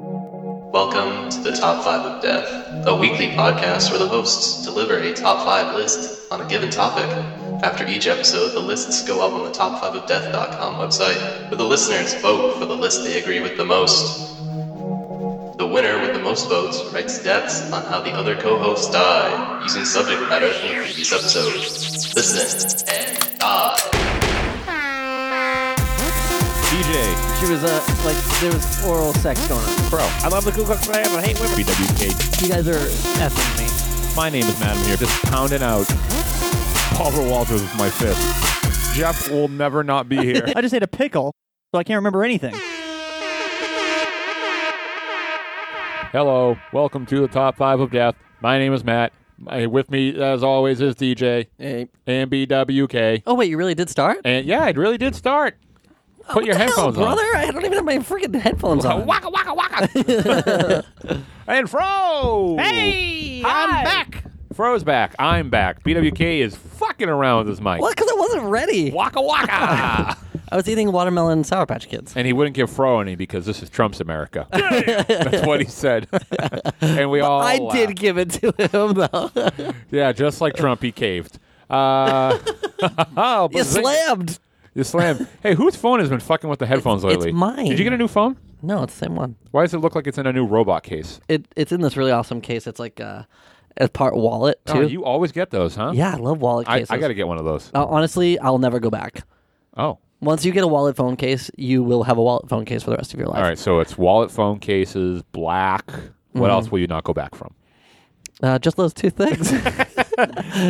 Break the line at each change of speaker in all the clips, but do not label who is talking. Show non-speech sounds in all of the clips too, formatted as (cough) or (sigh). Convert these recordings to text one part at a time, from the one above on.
Welcome to the Top 5 of Death, a weekly podcast where the hosts deliver a top 5 list on a given topic. After each episode, the lists go up on the top5ofdeath.com website, where the listeners vote for the list they agree with the most. The winner with the most votes writes deaths on how the other co hosts died, using subject matter from the previous episode. Listen and die.
DJ.
She was uh, like, there was oral sex going on.
Bro. I love the Ku Klux Klan, but I hate women. BWK.
You guys are effing me.
My name is Madam here, just pounding out Paul Walters with my fist. Jeff will never not be here.
I just ate a pickle, so I can't remember anything.
Hello. Welcome to the Top 5 of Death. My name is Matt. My- With me, as always, is DJ
Hey.
and BWK.
Oh wait, you really did start?
And yeah, it really did start. Put your
Oh, What the
headphones
hell,
on. Uh,
brother. I don't even have my freaking headphones on.
Waka, waka, waka.
(laughs)
and Fro!
Hey,
Hi.
I'm back.
Fro's back. I'm back. BWK is fucking around with his mic.
What? Because I wasn't ready.
Waka, waka!
I was eating watermelon Sour Patch
(laughs)
Kids.
and he wouldn't give Fro any because this is Trump's
(laughs)
America. That's what he said. and we all
I
laughed.
did give it to him though.
Yeah, just like Trump, he caved. Uh, (laughs) oh,
(laughs) you
but zing-
slammed.
You slammed. Hey, whose phone has been fucking with the headphones
It's- it's
lately?
mine.
Did you get a new phone?
No, it's the same one.
Why does it look like it's in a new robot case?
It it's in this really awesome case. It's like uh, a part wallet too.
Oh, you always get those, huh?
yeah, I love wallet
I,
cases.
I got to get one of those.
Uh, honestly, I'll never go back.
Oh.
Once you get a wallet phone case, you will have a wallet phone case for the rest of your life.
All right, so it's wallet phone cases, black.
Mm-hmm.
What else will you not go back from?
Uh, just those two
(laughs)
things.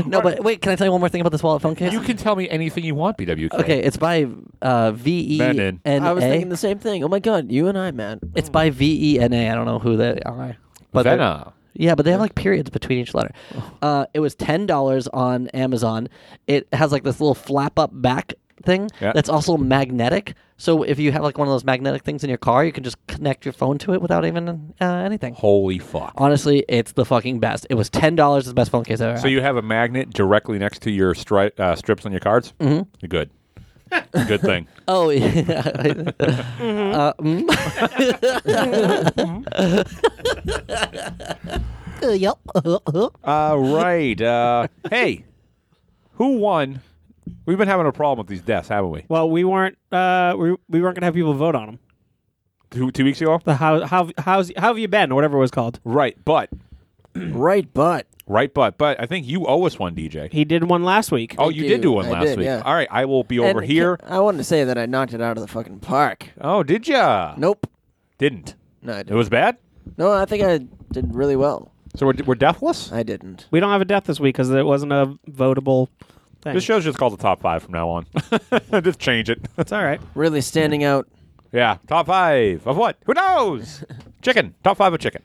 no, but wait, can I tell you one more thing about this wallet phone case?
You can tell me anything you want, BWK.
okay, it's by uh, V E
Menon.
N
I was thinking
A.
the same thing. Oh my god, you and I,
(clears throat)
man.
It's by V E N A. I don't know who they are. But they're-
Venna.
Yeah, but they have like periods between each letter.
Oh.
Uh, it was ten dollars on Amazon. It has like this little flap up back thing
Yeah.
that's also magnetic. So if you have like one of those magnetic things in your car, you can just connect your phone to it without even uh, anything.
Holy fuck.
Honestly, it's the fucking best. It was ten dollars. The best phone case I've ever.
So you have a magnet directly next to your stri- uh, strips on your cards. Mm-hmm. Good. (laughs) Good thing.
Oh yeah. Uh, mm. (laughs) Uh, yep.
uh, right. Uh, (laughs) hey, who won? We've been having a problem with these deaths, haven't we?
Well, we weren't uh, we, we weren't gonna have people vote on them.
Two, two weeks ago.
The how how how's, how have you been or whatever it was called.
Right, but
Right butt.
right, but but I think you owe us one, DJ.
He did one last week.
oh, you did
do.
do one
I
last
did,
week.
yeah.
All right, I will be over here.
I wanted to say that I knocked it out of the fucking park.
Oh, did ya?
Nope.
Didn't.
No, I
It
didn't.
was bad.
no, I think I did really well.
So we're, we're deathless.
I didn't.
We don't have a death this week because it wasn't a votable thing.
This show's just called the top five from now on. (laughs) just change it. (laughs)
It's all right.
Really standing out.
Yeah, top five of what? Who knows? chicken. Top five of chicken.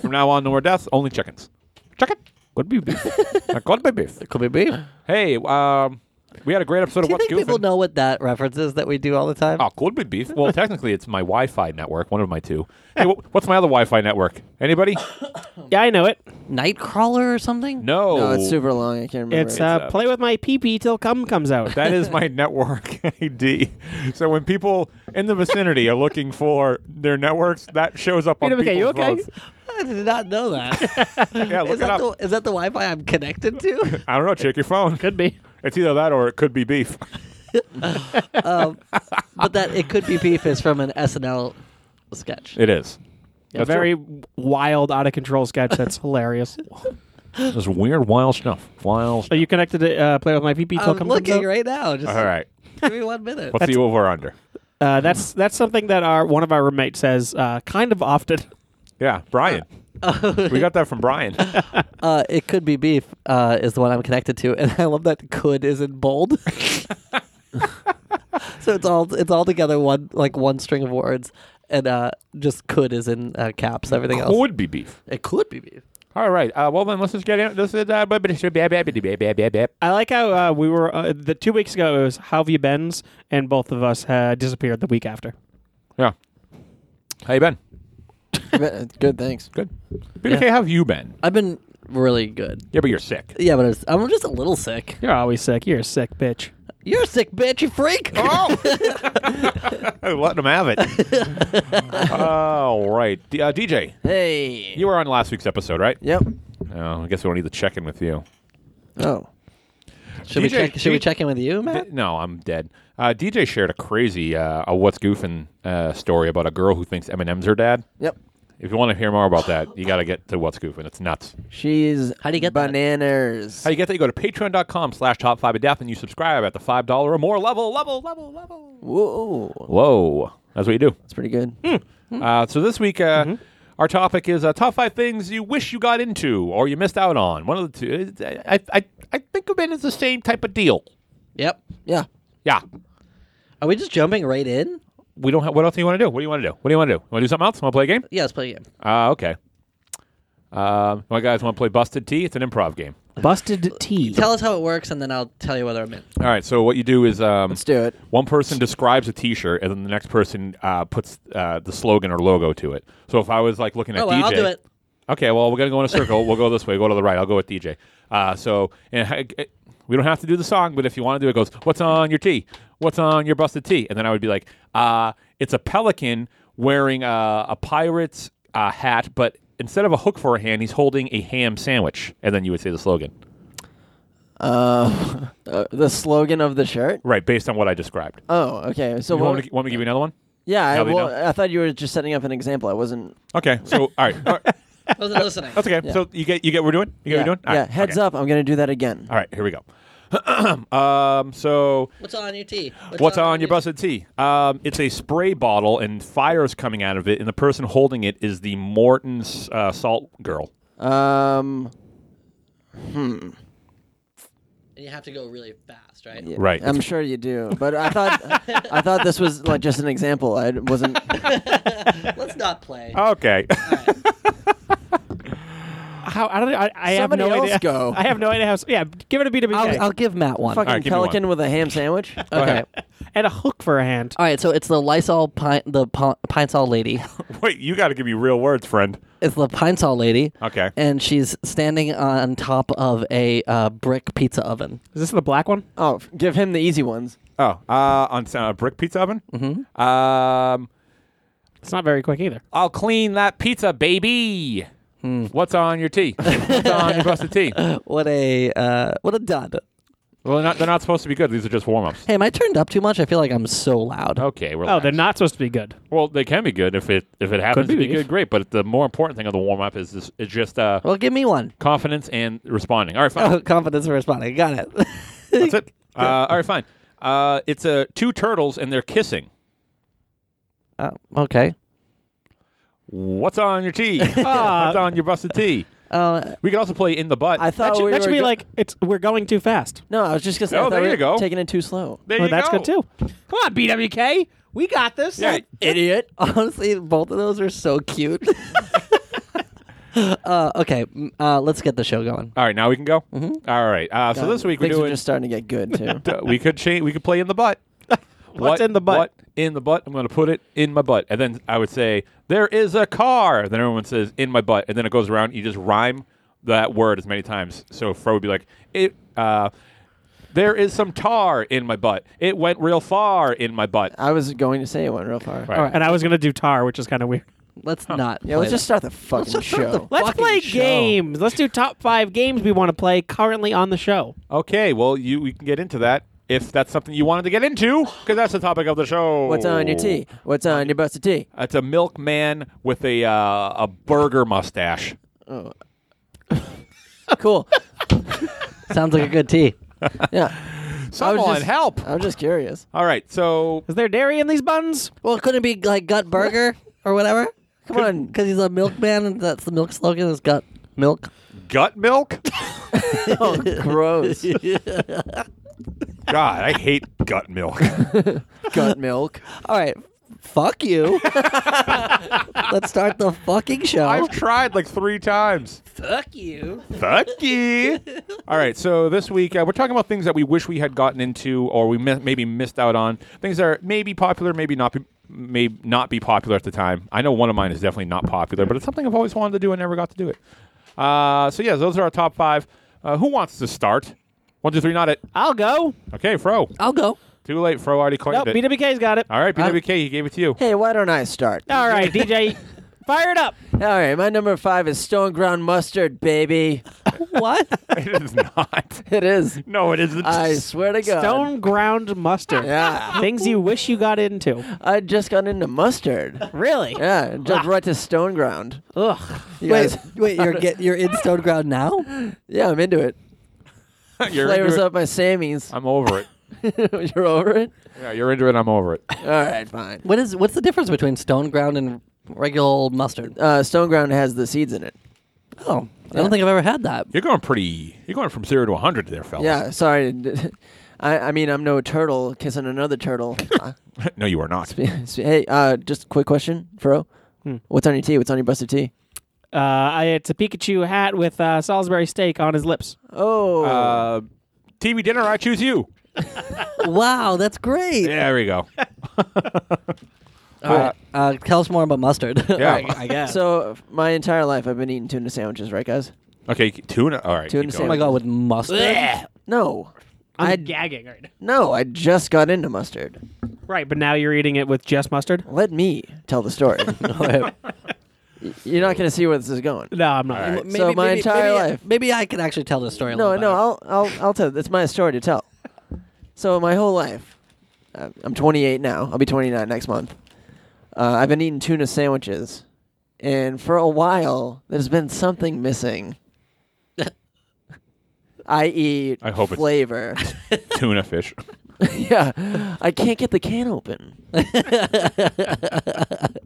From now on, no more deaths. Only chickens. Chicken. Could be beef. Uh, Could be beef.
Could be me. Do
Hey, um, we had a great episode
you
of What's
think people
Goofing.
know what that reference is that we do all the time?
Oh, could be beef. Well, technically, it's my Wi-Fi network. One of my two. Hey, wh- what's my other Wi-Fi network? Anybody?
Yeah, I know it.
Nightcrawler or something?
No.
No, it's super long. I can't remember.
It's uh,
up.
play with my pee pee till cum comes
(laughs)
out.
That is my network (laughs) ID. So when people in the vicinity are looking for their networks, that shows up on
(laughs) Wait a minute,
people's
you okay?
phones.
I did not know that.
Yeah, (laughs) look
is,
it
that
up.
the, is that the Wi-Fi I'm connected to?
I don't know. Check your phone.
Could be.
It's either that or it could be beef.
um, but that it could be beef is from an SNL sketch.
It is.
A very wild, out of control sketch.
(laughs)
That's hilarious.
This weird, wild stuff. Wild.
Are you connected to uh, play with my pee pee till
I'm
cum comes out?
looking right now. Just
All right.
give me one minute.
What's the over under?
Uh, that's that's something that our one of our roommates says uh, kind of often.
Yeah, (laughs) Brian. we got that from (laughs) Brian.
Uh, it could be beef uh, is the one I'm connected to, and (laughs) I love that could is in bold. (laughs) so it's all it's all together one like one string of words, and uh, just could is in uh, caps. Everything else
Would be beef.
it could be beef.
All right. Uh, well, then let's just get in. This is uh, bab- bab- bab- bab- bab- bab- bab- bab.
I like how uh, we were uh, the two weeks ago. It was how have you been's, and both of us uh, disappeared the week after.
yeah. How you been?
Good, thanks.
Good. BK, how have you been?
I've been really good.
Yeah, but you're sick. (laughs)
Yeah, but I was, I'm just a little sick.
You're always sick. You're a sick bitch.
You're sick, bitch,
(laughs)
you freak.
Oh, Letting them have it. (laughs) All right. D- uh, DJ,
Hey.
you were on last week's episode, right?
Yep.
Oh, I guess we don't need to check in with you.
Oh.
Should we
DJ,
check? Should we
DJ
check in with you, Matt?
No, I'm dead. Uh, DJ shared a crazy uh, a what's goofing uh, story about a girl who thinks M&M's her dad.
Yep.
If you want to hear more about that, you got to get to what's goofing. It's nuts.
She's
How do you get that?
bananas.
How you get that? You go to patreon.com slash top five of death and you subscribe at the $5 or more level, level, level, level.
Whoa.
Whoa. That's what you do.
That's pretty good.
Uh, so this week, uh, our topic is uh, top five things you wish you got into or you missed out on. One of the two. uh, I, I- I, I think of it as the same type of deal.
Yep.
Yeah.
Yeah.
Are we just jumping right in?
We don't. Have, what else do you want to do? What do you want to do? What do you want to do? Want to do something else? Want to play a game?
Yeah, let's play a game.
Uh, okay. Um, my guys want to play Busted Tea? It's an improv game.
Busted tea.
Tell us how it works, and then I'll tell you whether
(laughs)
I'm in.
All right. So what you do is um,
Let's do it.
One person describes a T-shirt, and then the next person uh, puts uh, the slogan or logo to it. So if I was like looking at
Oh, well,
DJ,
I'll do it.
Okay, well we're gonna go in a circle. we'll go this way. Go to the right. I'll go with DJ. Uh, so and I- it- we don't have to do the song, but if you want to do it, it goes what's on your tee? What's on your busted tee? And then I would be like, uh, it's a pelican wearing a, a pirate's uh, hat, but instead of a hook for a hand, he's holding a ham sandwich. And then you would say the slogan,
Uh, (laughs) uh, the slogan of the shirt.
right? Based on what I described.
Oh, okay. So
You
what,
want, me to, want me to give you another one?
yeah, I,
Now they
well, uh,
know.
I thought you were just setting up an example. I wasn't.
Okay. So all right. All right.
Wasn't listening.
That's
(laughs)
okay. So you get you get what we're doing. You get
yeah,
what we're doing. All
yeah.
right,
Heads
okay.
up. I'm gonna do that again.
All right, here we go. (clears throat) um, so
What's on your tea?
what's on your busted tea? Um, it's a spray bottle and fire's coming out of it, and the person holding it is the Morton's uh, salt girl.
Um.
And you have to go really fast, right?
yeah,
Right.
I'm sure
(laughs)
you do, but I thought I thought this was like just an example. I
(laughs)
wasn't.
Let's not play.
Okay. (laughs)
How I don't know. I, I have
Somebody
no
else
idea.
go.
(laughs) I have no idea how. s- Yeah, give it a BWK
I'll, I'll give Matt one.
Fucking
right, give me
pelican
one.
with a ham sandwich.
okay.
ahead.
and a hook for a hand.
All right. So it's the Lysol pine, the pine, pine Sol lady. (laughs)
Wait, you got to give me real words, friend.
It's the pine Sol lady.
Okay.
And she's standing on top of a uh, brick pizza oven.
Is this the black one?
Oh, f- give him the easy ones.
Oh, uh, on s- uh, brick pizza oven. Mm-hmm. Um,
It's not very quick either.
I'll clean that pizza, baby.
Hmm.
What's on your
(laughs)
tea? What's on your busted tea?
What a uh, what a dud.
Well, they're not, they're not supposed to be good. These are just warm
(laughs)
ups.
Hey, am I turned up too much? I feel like I'm so loud.
Okay. Relax.
Oh, they're not supposed to be good.
Well, they can be good if it if it happens to
Could be.
be good, great. But the more important thing of the warm up is this, is just uh,
Well, give me one.
confidence and responding. All right, fine.
Oh, (laughs) confidence in responding. Got it. (laughs)
That's
(laughs)
it. Uh, all right, fine. Uh, it's uh, two turtles and they're kissing.
Uh, okay.
What's on your
(laughs)
tee? What's on your busted tee?
Uh,
We can also play in the butt.
Ah. Oh, I thought
that should,
we
that
were
should be
go-
like it's we're going too fast.
No, I was just gonna say. I
Oh,
thought
there
we
you
were
go.
Taking it too slow.
there
Well,
you
that's
go.
good too.
Come on, BWK. We got this.
Yeah,
Idiot.
(laughs) honestly, both of those are so cute. (laughs) uh, okay. m- Uh, let's get the show going.
All right, now we can go. All right. Uh, so this week we're
Mm-hmm. Things are
doing.
just starting to get good
(laughs)
too.
uh, we could change. We could play in the butt. What's
in the butt?
What in the butt? I'm going to put it in my butt, and then I would say there is a car. Then everyone says in my butt, and then it goes around. You just rhyme that word as many times. So Fro would be like, it. Uh, there is some tar in my butt. It went real far in my butt.
I was going to say it went real far.
Right.
All right, and I was gonna do tar, which is kind of weird.
Let's not.
Yeah, let's
play
just start the
(laughs)
fucking
just
show.
start the
Let's
Fucking
play
show.
games. Let's do top five games we want to play currently on the show.
Okay, well you we can get into that if that's something you wanted to get into because that's the topic of the show.
What's on your tea?
Oh.
What's on your busted tea?
It's a milkman with a uh, a burger mustache. (laughs)
Cool.
that. Sounds like a good tea.
Yeah.
Someone
just-
help!
I'm just curious.
All right, so
Is there dairy in these buns?
Well, couldn't it be like gut burger or whatever?
Come on.
Because he's a milkman, and that's the milk slogan is gut milk.
gut milk.
Oh, gross.
God, I hate gut milk.
(laughs) Gut milk.
All right. Fuck (laughs) you. let's start the fucking show.
(laughs) I've tried like three times.
Fuck you.
Fuck you. All right, so this week uh, we're talking about things that we wish we had gotten into or we mi- maybe missed out on. Things that are maybe popular, maybe not be, may not be popular at the time. I know one of mine is definitely not popular, but it's something I've always wanted to do and never got to do it. Uh, so yeah, those are our top five. Uh, who wants to start? One, two, three, not it.
I'll go.
Okay, Fro.
I'll go.
Too late. Fro already coined
Nope,
it.
BWK's got it.
All right, BWK, he gave it to you. (laughs)
Hey, why don't I start?
All right, DJ, fire it up.
All right, my number five is Stone Ground
(laughs)
Mustard, baby.
What?
it is not.
It is.
No, it (laughs) isn't.
I swear to God.
Stone ground mustard.
Yeah.
Things you wish you got into.
I just got into mustard.
Really?
Yeah, jumped right to Stone Ground.
Ugh.
You
Wait,
guys-
wait.
(laughs)
You're get you're in Stone Ground now.
yeah, I'm into it.
You're
Flavors
into it.
up my Sammys.
I'm over it.
(laughs) You're over it?
Yeah, you're into it. I'm over (laughs) it.
All right, fine.
What is what's the difference between Stone Ground and regular old mustard?
Uh, Stone Ground has the seeds in it.
Oh, I don't think I've ever had that.
You're going pretty. You're going from zero to 100 there, fellas.
Yeah, sorry. (laughs) I, I mean, I'm no turtle kissing
(laughs)
another turtle. (laughs) Uh,
(laughs) no, you are not.
hey, uh, just a quick question, Fro.
Hmm.
What's on your tea? What's on your busted tea?
Uh, I- it's a Pikachu hat with uh, Salisbury steak on his lips.
Oh,
Uh, TV dinner, I choose you.
Wow, that's great.
There we (laughs) go.
All right. Uh, tell us more about mustard.
Yeah.
I guess.
so my entire life I've been eating tuna sandwiches, right, guys? (coughs)
Okay, tuna. All right.
Tuna
keep
(laughs) oh
going.
my god, with mustard.
No,
I'm
I-
gagging right now.
no, I just got into mustard.
Right, but now you're eating it with just mustard?
Let me tell
(laughs)
the story. Y- You're not gonna see where this
(laughs)
is going.
No, I'm not.
All right.
Maybe,
So my
maybe-
entire
maybe-
life.
Maybe I can actually tell the story. A
No,
little
no,
better.
I'll, I'll, I'll tell. It's my story to tell. So my whole life, uh, I'm 28 now. I'll be 29 next month. Uh, I've been eating tuna sandwiches, and for a while, there's been something
(laughs)
missing. I.e.,
I hope it's- (laughs)
flavor.
tuna fish.
(laughs) yeah, I can't get the can open.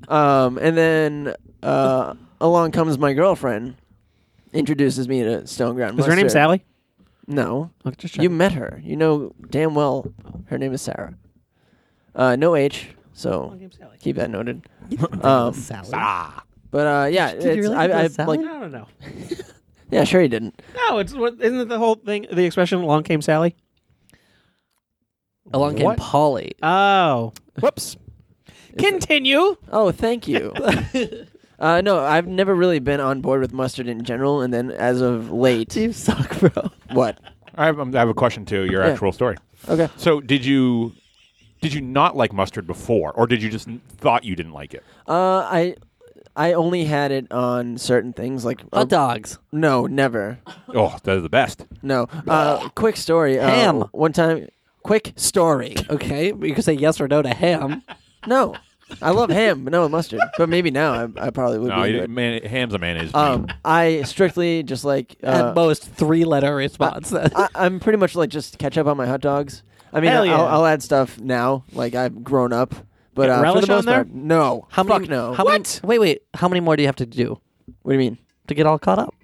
um, and then uh, along comes my girlfriend, introduces me to Stone Ground.
Is her name
Mustard.
Sally?
No,
Look, just
you met her. You know damn well her name is Sarah. Uh, no H, so
Sally.
keep
(laughs)
that noted. Um,
Salad.
but uh, yeah,
you
it's-
really
I,
call
I,
it Sally?
like,
I don't know.
yeah, sure you didn't.
No, it's what isn't it the whole thing? The expression "along came Sally."
Along came
What?
(laughs) Polly.
Oh, whoops. Continue.
Oh, thank you.
(laughs)
uh, no, I've never really been on board with mustard in general, and then as
(laughs)
of late,
You suck, bro.
what?
(laughs) I have, um, I have a question to your
Yeah.
actual story.
Okay.
So, did you did you not like mustard before, or did you just n- thought you didn't like it?
Uh, I I only had it on certain things like uh,
Hot dogs.
no, never.
Oh, that is the best.
No.
(laughs)
Uh, quick story. Uh,
Ham.
One time, quick story.
Okay, but you can say yes or no to ham.
No, I love ham, but no mustard. But maybe now I, I probably would
No,
be.
you,
into it.
man, ham's a mayonnaise.
Um, I strictly just
(laughs)
like uh,
At most three letter response.
I, I'm pretty much like just ketchup on my hot dogs. I mean,
Hell
I'll,
yeah.
I'll add stuff now. Like I've grown up, but
Yeah,
uh, for
relish
the most
on there?
part, no.
how
Fuck
many?
no.
How
What?
Many, wait, wait. How many more do you have to do
What do you mean?
to get all caught up?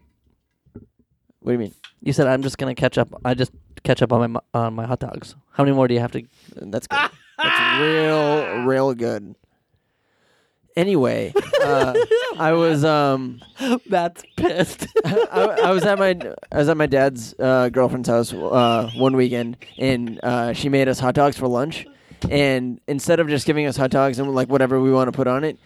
What do you mean?
You said I'm just gonna catch up. I just catch up on my mu- on my hot dogs. How many more do you have to?
That's good. That's real, real good. Anyway, uh, I was um,
(laughs) That's (laughs) pissed.
I, I was at my I was at my dad's uh, girlfriend's house uh, one weekend, and uh, she made us hot dogs for lunch. And instead of just giving us hot dogs and like whatever we want to put on it,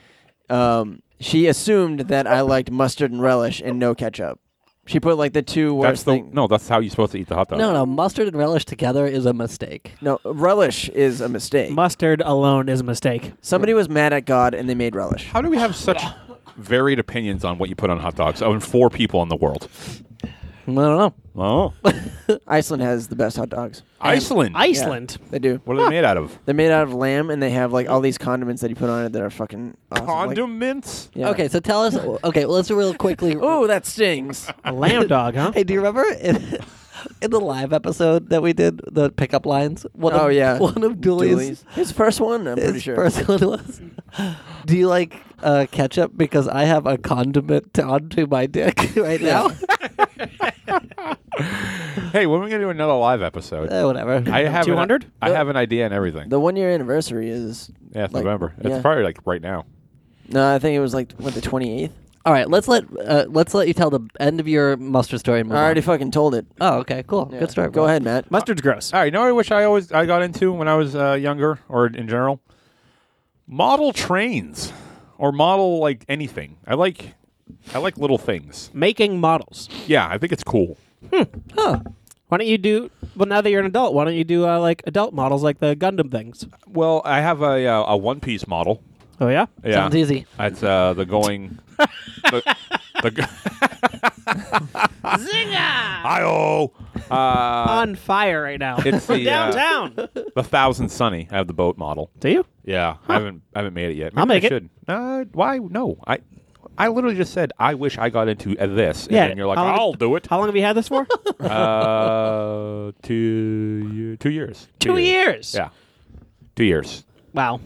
um, she assumed that I liked mustard and relish and no ketchup. She put like the two
that's
worst
the
things.
no. That's how you're supposed to eat the hot dog.
no, no. Mustard and relish together is a mistake.
No, relish is a mistake.
Mustard alone is a mistake.
Somebody was mad at God and they made relish.
How do we have such varied opinions on what you put on hot dogs? I mean, four people in the world.
I don't know.
Oh,
Iceland has the best hot dogs.
(laughs) Iceland.
Iceland.
They do.
What are they made out of?
They're made out of lamb, and they have like all these condiments that you put on it that are fucking awesome. Like-
Condiments.
yeah.
Okay, so tell us. Okay, well, let's real (laughs) quickly.
Oh, that (laughs) stings.
A lamb dog, huh?
Hey, do you remember in, (laughs) in the live episode that we did the pickup lines? One
Oh,
of, (laughs)
yeah.
one of Dooley's,
Dooley's. His first one, I'm pretty
his
sure.
first one was, "Do you like uh, ketchup? Because I have a condiment onto my dick (laughs) right now."
(laughs)
(laughs)
Hey, when are we gonna do another live episode?
Eh,
Uh,
whatever.
I have an-
200?
I have an idea and everything.
(laughs) The one year anniversary is.
yeah, it's
like,
November. It's
yeah.
probably like right now.
No, I think it was like what the 28th.
All right, let's let uh, let's let you tell the end of your mustard story. and
I
move
already
on.
fucking told it.
Oh, okay, cool.
Yeah.
Uh-huh. Good story.
Go
bro.
ahead, Matt.
Mustard's gross.
All right, you know what I wish I always I got into when I was uh, younger or in general? Model trains or model like anything. I like I like little things.
Making models.
Yeah, I think it's cool.
Huh.
Why don't you do? Well, now that you're an adult, why don't you do uh, like adult models, like the Gundam things?
Well, I have a uh, a One Piece model.
Oh yeah.
Yeah,
Sounds easy.
It's uh, the going. the, the, g- (laughs)
Zinga!
Hi-oh! Uh,
On fire right now.
it's
(laughs)
the uh,
downtown.
the thousand sunny. I have the boat model.
do you?
Yeah, I haven't I haven't made it yet. Maybe
I'll make
I
it.
Should. Uh, why? No, I I literally just said I wish I got into uh, this.
Yeah,
and then you're like,
how long-
I'll do it.
How long have you had
(laughs)
this for?
Uh, two year, two years.
Two years.
Yeah, two years.
Wow.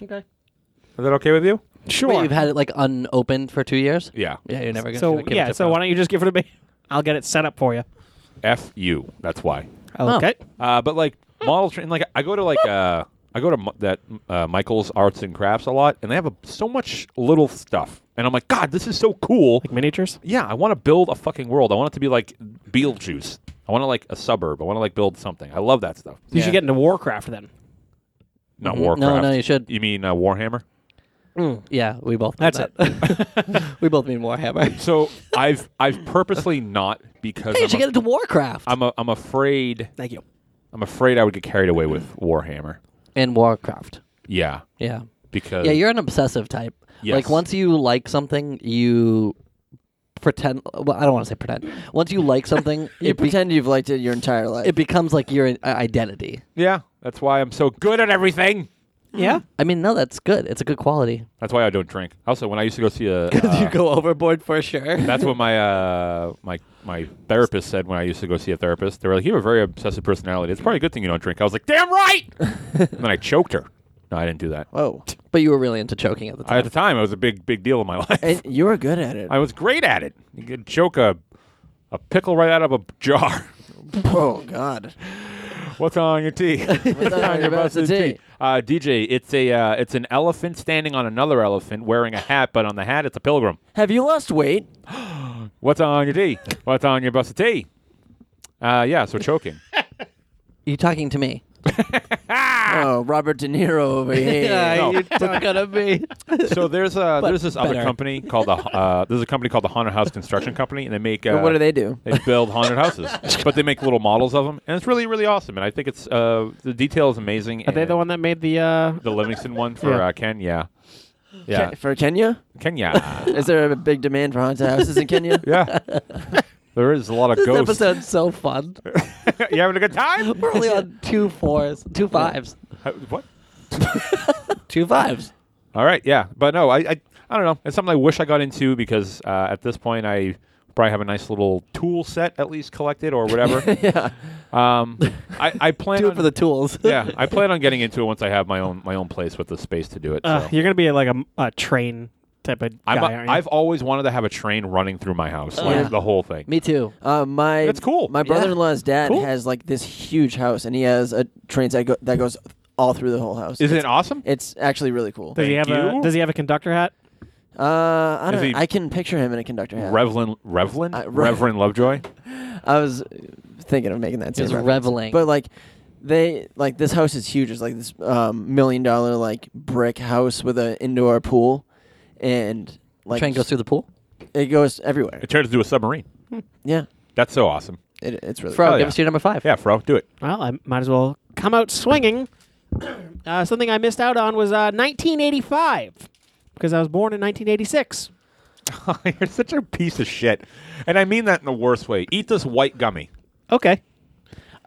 Okay.
Is that okay with you?
Sure.
Wait, you've had it like unopened for two years.
Yeah.
Yeah, you're never gonna.
so
give it
yeah.
to
So
Pro.
why don't you just give it to me? I'll get it set up for you.
F you. That's why.
Okay.
Uh, but like model train, like I go to like uh, I go to m- that uh, Michael's Arts and Crafts a lot, and they have a, so much little stuff, and I'm like, God, this is so cool.
Like miniatures.
yeah, I want to build a fucking world. I want it to be like Beetlejuice. I want to like a suburb. I want to like build something. I love that stuff.
You should get into Warcraft then.
Not
no,
Warcraft.
Mm-hmm. no, you should.
You mean uh, Warhammer?
Hmm.
Yeah, we both. (laughs)
That's (laughs)
it. we both mean Warhammer.
So I've I've purposely not because
Hey, you
I'm,
should
a,
get into Warcraft
I'm a, I'm afraid
Thank you.
I'm afraid I would get carried away with Warhammer.
and Warcraft.
Yeah,
Yeah.
because
Yeah, you're an obsessive type. Like
Yes.
once you like something, you pretend. Well, I don't want to say pretend. Once you like something,
You
it be-
pretend you've liked it your entire life.
it becomes like your i- identity.
yeah. That's why I'm so good at everything.
Yeah.
I mean, no, that's good. It's a good quality.
That's why I don't drink. Also, when I used to go see (laughs) a, uh,
go overboard for sure.
that's what my uh, my my therapist said when I used to go see a therapist. They were like, "You have a very obsessive personality. It's probably a good thing you don't drink." I was like, "Damn (laughs) right!" and then I choked her. No, I didn't do that.
Whoa.
(laughs) But you were really into choking at the
I,
time.
at the time, it was a big big deal in my (laughs) life.
And you were good at it.
I was great at it. You could choke a a pickle right out of a jar. (laughs)
oh God.
What's on your tea? (laughs) What's
on your busted tea?
Uh, DJ, it's a uh, it's an elephant standing on another elephant wearing a hat, but on the hat it's a pilgrim.
Have you lost weight?
What's on your tea? What's on your busted tea? Uh, yeah, (laughs) so choking.
you talking to me?
Ah.
Oh, Robert De Niro over here.
(laughs)
No. you're
talking to me.
so there's a there's this other
better.
company called the uh, there's a company called the haunted house construction company, and they make uh,
And what do they do?
They build haunted houses, but they make little models of them, and it's really really awesome. And I think it's uh, the detail is amazing.
(laughs) Are they the one that made the? uh
the Livingston one for
Yeah.
uh, Ken? Yeah, yeah,
Ke- For Kenya?
Kenya.
Is there a big demand for haunted houses in
(laughs)
Kenya?
yeah, there is a lot of
(laughs) This
ghosts.
episode's so fun.
(laughs) you having a good
(laughs)
time?
We're only on two fours, two fives,
Uh, what?
two (laughs) fives.
All right, yeah, but no, I, I I don't know. It's something I wish I got into because uh, at this point I probably have a nice little tool set at least collected or whatever. yeah. Um, I, I plan
Do
on,
it for the tools.
(laughs) yeah, I plan on getting into it once I have my own my own place with the space to do it. So.
Uh, You're gonna be like a, a train type of guy,
I'm
aren't you?
a, I've always wanted to have a train running through my house, like
Yeah.
the whole thing.
(laughs) me too.
Uh, my
That's cool.
My brother-in-law's dad
Cool.
has like this huge house, and he has a train that, go- that goes all through the whole house.
Isn't it awesome?
It's actually really cool.
does he have
Thank
a
you.
Does he have a conductor hat?
Uh, I
Is
don't.
he-
I can picture him in a conductor hat.
Revlin, Revlin,
I- Re-
Reverend Lovejoy.
I was uh, thinking of making that.
He was
same reference.
reveling.
But like, they like this house is huge. It's like this um, million-dollar like brick house with an indoor pool, and like
Train goes through the pool.
It goes everywhere.
It turns into a submarine.
Yeah,
That's so awesome.
it, it's really.
Fro,
Oh,
give
yeah.
us your number five.
Yeah, Fro, do it. (laughs)
Well, I might as well come out swinging. (coughs) uh, something I missed out on was uh, 1985 because I was born in 1986.
You're such a piece of shit, and I mean that in the worst way. Eat this white gummy.
Okay.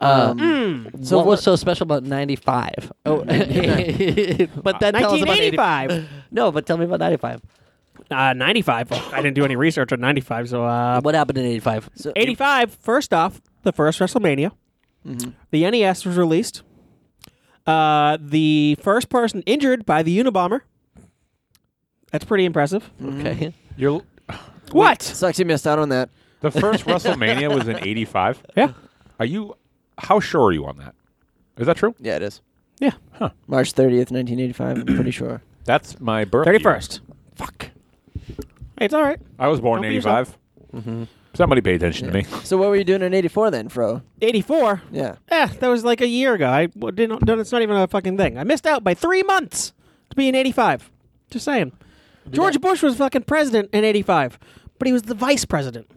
Um,
So
Well,
Uh, mm. what was so special about '95? Oh, (laughs) but
Uh,
then tell us about 85.
(coughs) 1985.
No, but tell me about '95.
Uh, 95. Oh, I didn't do any research on 95, so uh,
what happened in '85?
85. First off, the first WrestleMania. The NES was released. Uh, the first person injured by the Unabomber. That's pretty impressive.
Mm-hmm. Okay.
You're
What?
Sucks you missed out on that.
the first WrestleMania was in '85.
Yeah.
Are you? How sure are you on that? Is that true?
Yeah, it is.
Yeah.
March 30th, 1985, I'm pretty sure.
That's my birth. year.
31st. Fuck. Hey, it's all right.
I was born
Don't
in
be yourself.
'85. Somebody pay attention to me.
So what were you doing in 84 then, Fro?
84.
Yeah.
Eh, that was like a year ago. I w- didn't. don't- It's not even a fucking thing. I missed out by three months to be in '85. Just saying. George Bush was fucking president in '85, but he was the vice president.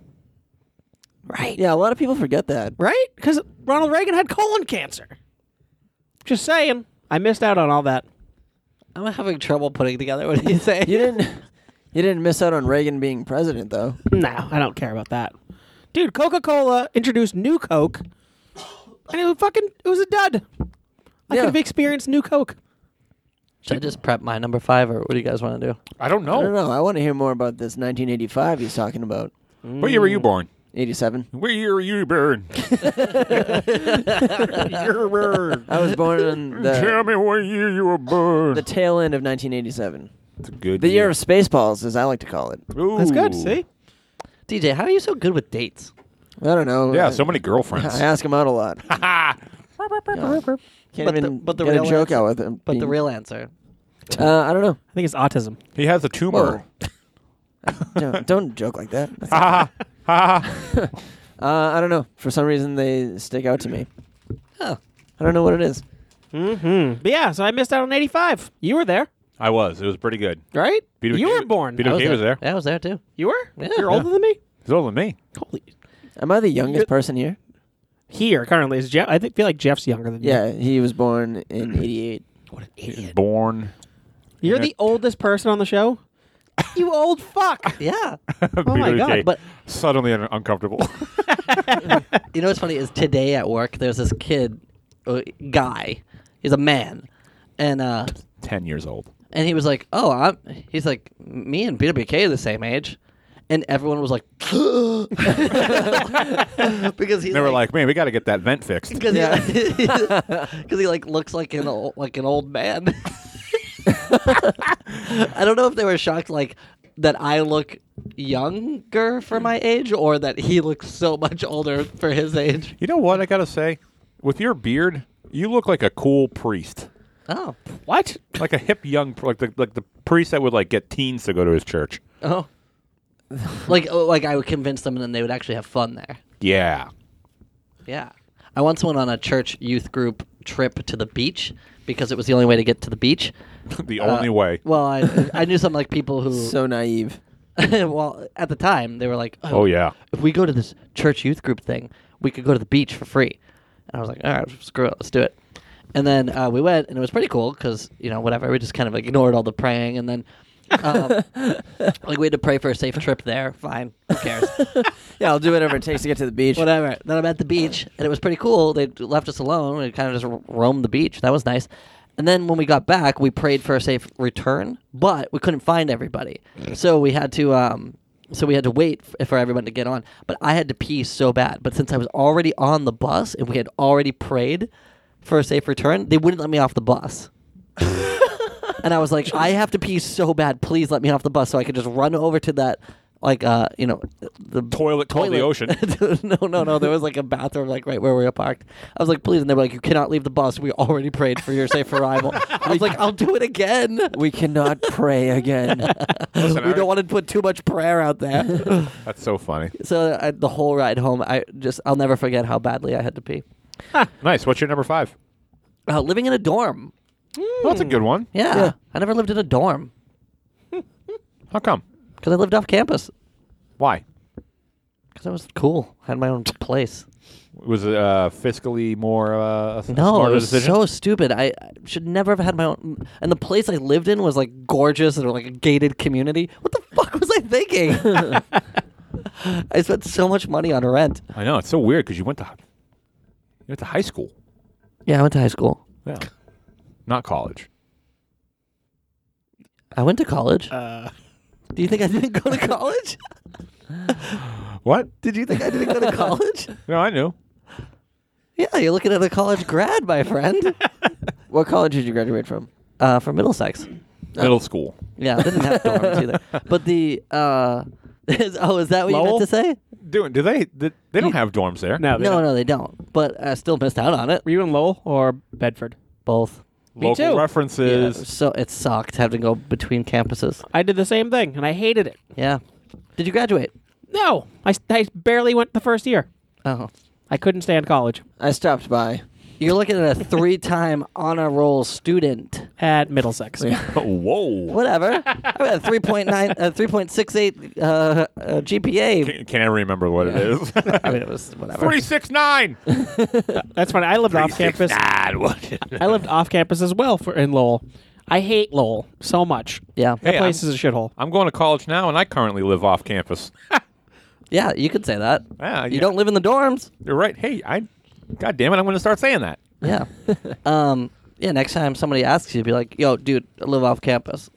Right.
Yeah, a lot of people forget that.
Right? Because Ronald Reagan had colon cancer. Just saying. I missed out on all that.
I'm having trouble putting together what he's saying.
You didn't. (laughs) You didn't miss out on Reagan being president, though.
No, I don't care about that. Dude, Coca Cola introduced New Coke, and it was fucking it was a dud. I
Yeah.
could have experienced New Coke.
(laughs) Should I just prep my number five, or what do you guys want to do?
I don't know.
I don't know. I want to hear more about this 1985 he's talking about.
What year were you born?
87.
What year were you born? You're born.
I was
(laughs)
born in the,
Tell me what year you were born.
the tail end of 1987.
That's a good
The year of Spaceballs, as I like to call it.
Ooh.
That's good. See,
DJ, how are you so good with dates?
I don't know.
Yeah,
I,
so many
(laughs) I
girlfriends.
ask him out
(laughs)
a lot. Can't
But the-
even
but the
get a
real
joke
answer-
out with him.
But the
being-
real answer.
(laughs) Uh, I don't know.
I think it's autism.
he has a tumor.
don't, don't joke like that. That's-
Ha ha ha.
(laughs) Uh, I don't know. For some reason, they stick out to me.
Oh.
I don't know what it is.
Hmm.
Mm-hmm. But yeah, so I missed out on '85. You were there,
I was. It was pretty good.
right?
Vito
you
G-
were born.
Vito
I
G was there.
Yeah, I was there too.
you were.
Yeah.
You're older than me.
He's older than me.
Holy.
Am I the youngest person here?
Here currently is Jeff. I think, feel like Jeff's younger than
Yeah, he was born in 88.
He's (laughs) born.
you. You're
Yeah.
the oldest person on the show. you old fuck.
Yeah.
oh
my God,
but-
suddenly un- uncomfortable. (laughs)
You know what's funny is today at work there's this kid, uh, guy, he's a man, and uh,
Ten years old.
and he was like, oh, I'm. He's like, me and BWK are the same age, and everyone was like, (laughs) because he
They were like, man, we got to get that vent fixed.
because he, (laughs) cause he like looks like an old, like an old man. (laughs) I don't know if they were shocked like that I look younger for my age or that he looks so much older for his age.
You know what? I got to say, with your beard, you look like a cool priest.
Oh.
(laughs) What?
Like a hip young, pr- like the like the priest that would like get teens to go to his church.
Oh. like oh, like I would convince them and then they would actually have fun there.
Yeah,
Yeah. I once went on a church youth group trip to the beach because it was the only way to get to the beach.
the (laughs)
Uh,
only way.
Well, I, I knew some like people who
So naive.
(laughs) well, at the time, they were like, oh,
Oh, yeah.
If we go to this church youth group thing, we could go to the beach for free. And I was like, all right, screw it, let's do it. And then uh, we went, and it was pretty cool because, you know, whatever. We just kind of ignored all the praying. And then, um, like, we had to pray for a safe trip there. Fine. Who
(laughs)
cares?
Yeah, I'll do whatever it takes to get to the beach.
whatever. Then I'm at the beach, and it was pretty cool. They left us alone. We kind of just roamed the beach. That was nice. And then when we got back, we prayed for a safe return, but we couldn't find everybody. So we had to, um, so we had to wait f- for everyone to get on. But I had to pee so bad. But since I was already on the bus and we had already prayed for a safe return, they wouldn't let me off the bus. And I was like, I have to pee so bad. Please let me off the bus so I could just run over to that, like, uh, you know, the
Toilet called the
(laughs)
ocean.
no, no, no. There was like a bathroom, like right where we were parked. I was like, please. And they were like, you cannot leave the bus. We already prayed for your safe arrival. I was like, I'll do it again.
(laughs) We cannot pray
(laughs)
again.
Listen,
We
I-
don't want to put too much prayer out
(laughs)
there.
That's so funny.
so I, the whole ride home, I just, I'll never forget how badly I had to pee.
Nice. What's your number five?
Uh, living in a dorm.
Oh, that's a good one.
Yeah. I never lived in a dorm
How come?
because I lived off campus
Why?
because I was cool. I had my own place.
Was it uh, fiscally more uh, a
No, it
smarter
was
decision?
so stupid. I I should never have had my own. And the place I lived in was like gorgeous and like a gated community. What the fuck was I (laughs) thinking? I spent so much money on rent.
I know it's so weird because you went to you went to high school,
Yeah, I went to high school.
yeah, not college.
I went to college.
Uh,
Do you think I didn't go to college?
What?
Did you think I didn't go
(laughs)
to college? Oh.
No, I knew.
Yeah, you're looking at a college grad, my friend,
what college did you graduate from?
uh, from Middlesex.
Middle school.
Yeah, I didn't have dorms either. But the uh, (laughs) is, oh, is that what you
Lowell?
meant to say?
Doing? Do they? They, they don't have dorms there.
no, they
No,
don't.
no, they don't. But I still missed out on it.
Were you in Lowell or Bedford?
Both.
Local
too.
Yeah,
references.
so it sucked having to go between campuses.
I did the same thing, and I hated it.
Yeah. Did you graduate?
No, I, I barely went the first year.
Oh.
I couldn't stand college.
I stopped by.
You're looking at a three-time (laughs) honor roll student.
at Middlesex.
Whoa.
Whatever. I've got a 3.9, a 3.68 uh, uh, GPA.
Can't ever remember what it is.
I mean,
(laughs)
it was whatever.
Three six nine.
That's funny. I lived off campus. I lived off campus as well for in Lowell. I hate Lowell so much.
Yeah.
That
Hey,
place
I'm-
is a shithole.
I'm going to college now, and I currently live off campus. Ah,
Yeah, you could say that.
Yeah,
you
yeah.
don't live in the dorms.
You're right. Hey, I. God damn it! I'm going to start saying that.
Yeah. um, yeah, next time somebody asks you, be like, yo, dude, I live off campus.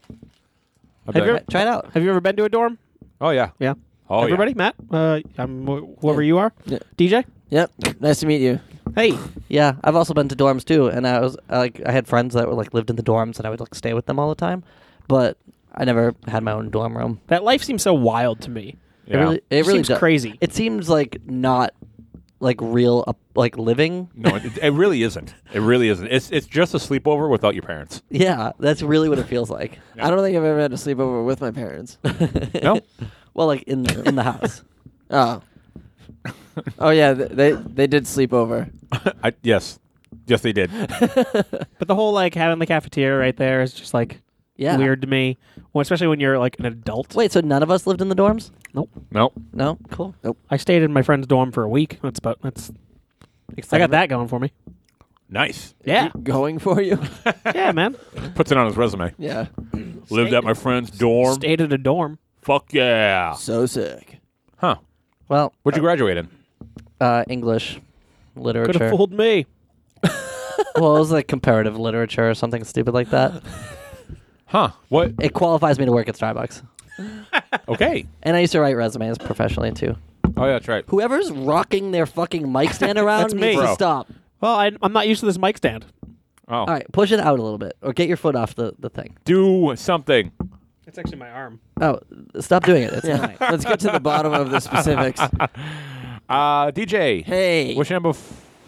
I'll be
Have you
like,
ever-
Try it out.
Have you ever been to a dorm?
oh yeah.
Yeah.
Oh yeah.
Everybody, Matt, uh, I'm wh- whoever you are,
Yeah.
DJ.
Yep. Nice to meet you.
Hey,
Yeah, I've also been to dorms too, and I was like, I had friends that were like lived in the dorms, and I would like stay with them all the time, but I never had my own dorm room.
that life seems so wild to me.
Yeah.
It really, it really
seems
does-
crazy.
It seems like not like real, up, like living.
no, it, it really isn't. It really isn't. It's it's just a sleepover without your parents.
(laughs) Yeah, that's really what it feels like.
I don't think I've ever had to sleep over with my parents.
No.
(laughs) well, like in in the house.
oh. Oh yeah, th- they they did sleep over.
(laughs) I, yes. Yes, they did.
But the whole like having the cafeteria right there is just like
Yeah.
weird to me. Well, especially when you're like an adult.
Wait, so none of us lived in the dorms?
Nope.
No.
No, cool.
I stayed in my friend's dorm for a week. That's about that's. I got that going for me.
Nice.
(laughs)
Yeah.
Going for you?
yeah, man.
Puts it on his resume.
yeah.
Lived at my friend's dorm.
Stayed at a dorm.
Fuck yeah.
So sick.
Huh.
Well,
What'd you graduate in?
uh, English literature.
Could have fooled me.
well, it was like comparative literature or something stupid
(laughs)
like that.
Huh. What?
It qualifies me to work at Starbucks.
Okay.
And I used to write resumes professionally too.
Oh yeah, that's right.
Whoever's rocking their fucking mic
(laughs)
stand around
That's me.
needs to
Bro.
stop.
Well, I, I'm not used to this mic stand.
Oh.
All right, push it out a little bit, or get your foot off the, the thing.
Do something.
It's actually my arm.
Oh, stop doing it. It's
Yeah.
annoying.
Let's get to the bottom of the specifics.
Uh, DJ.
Hey.
What's your number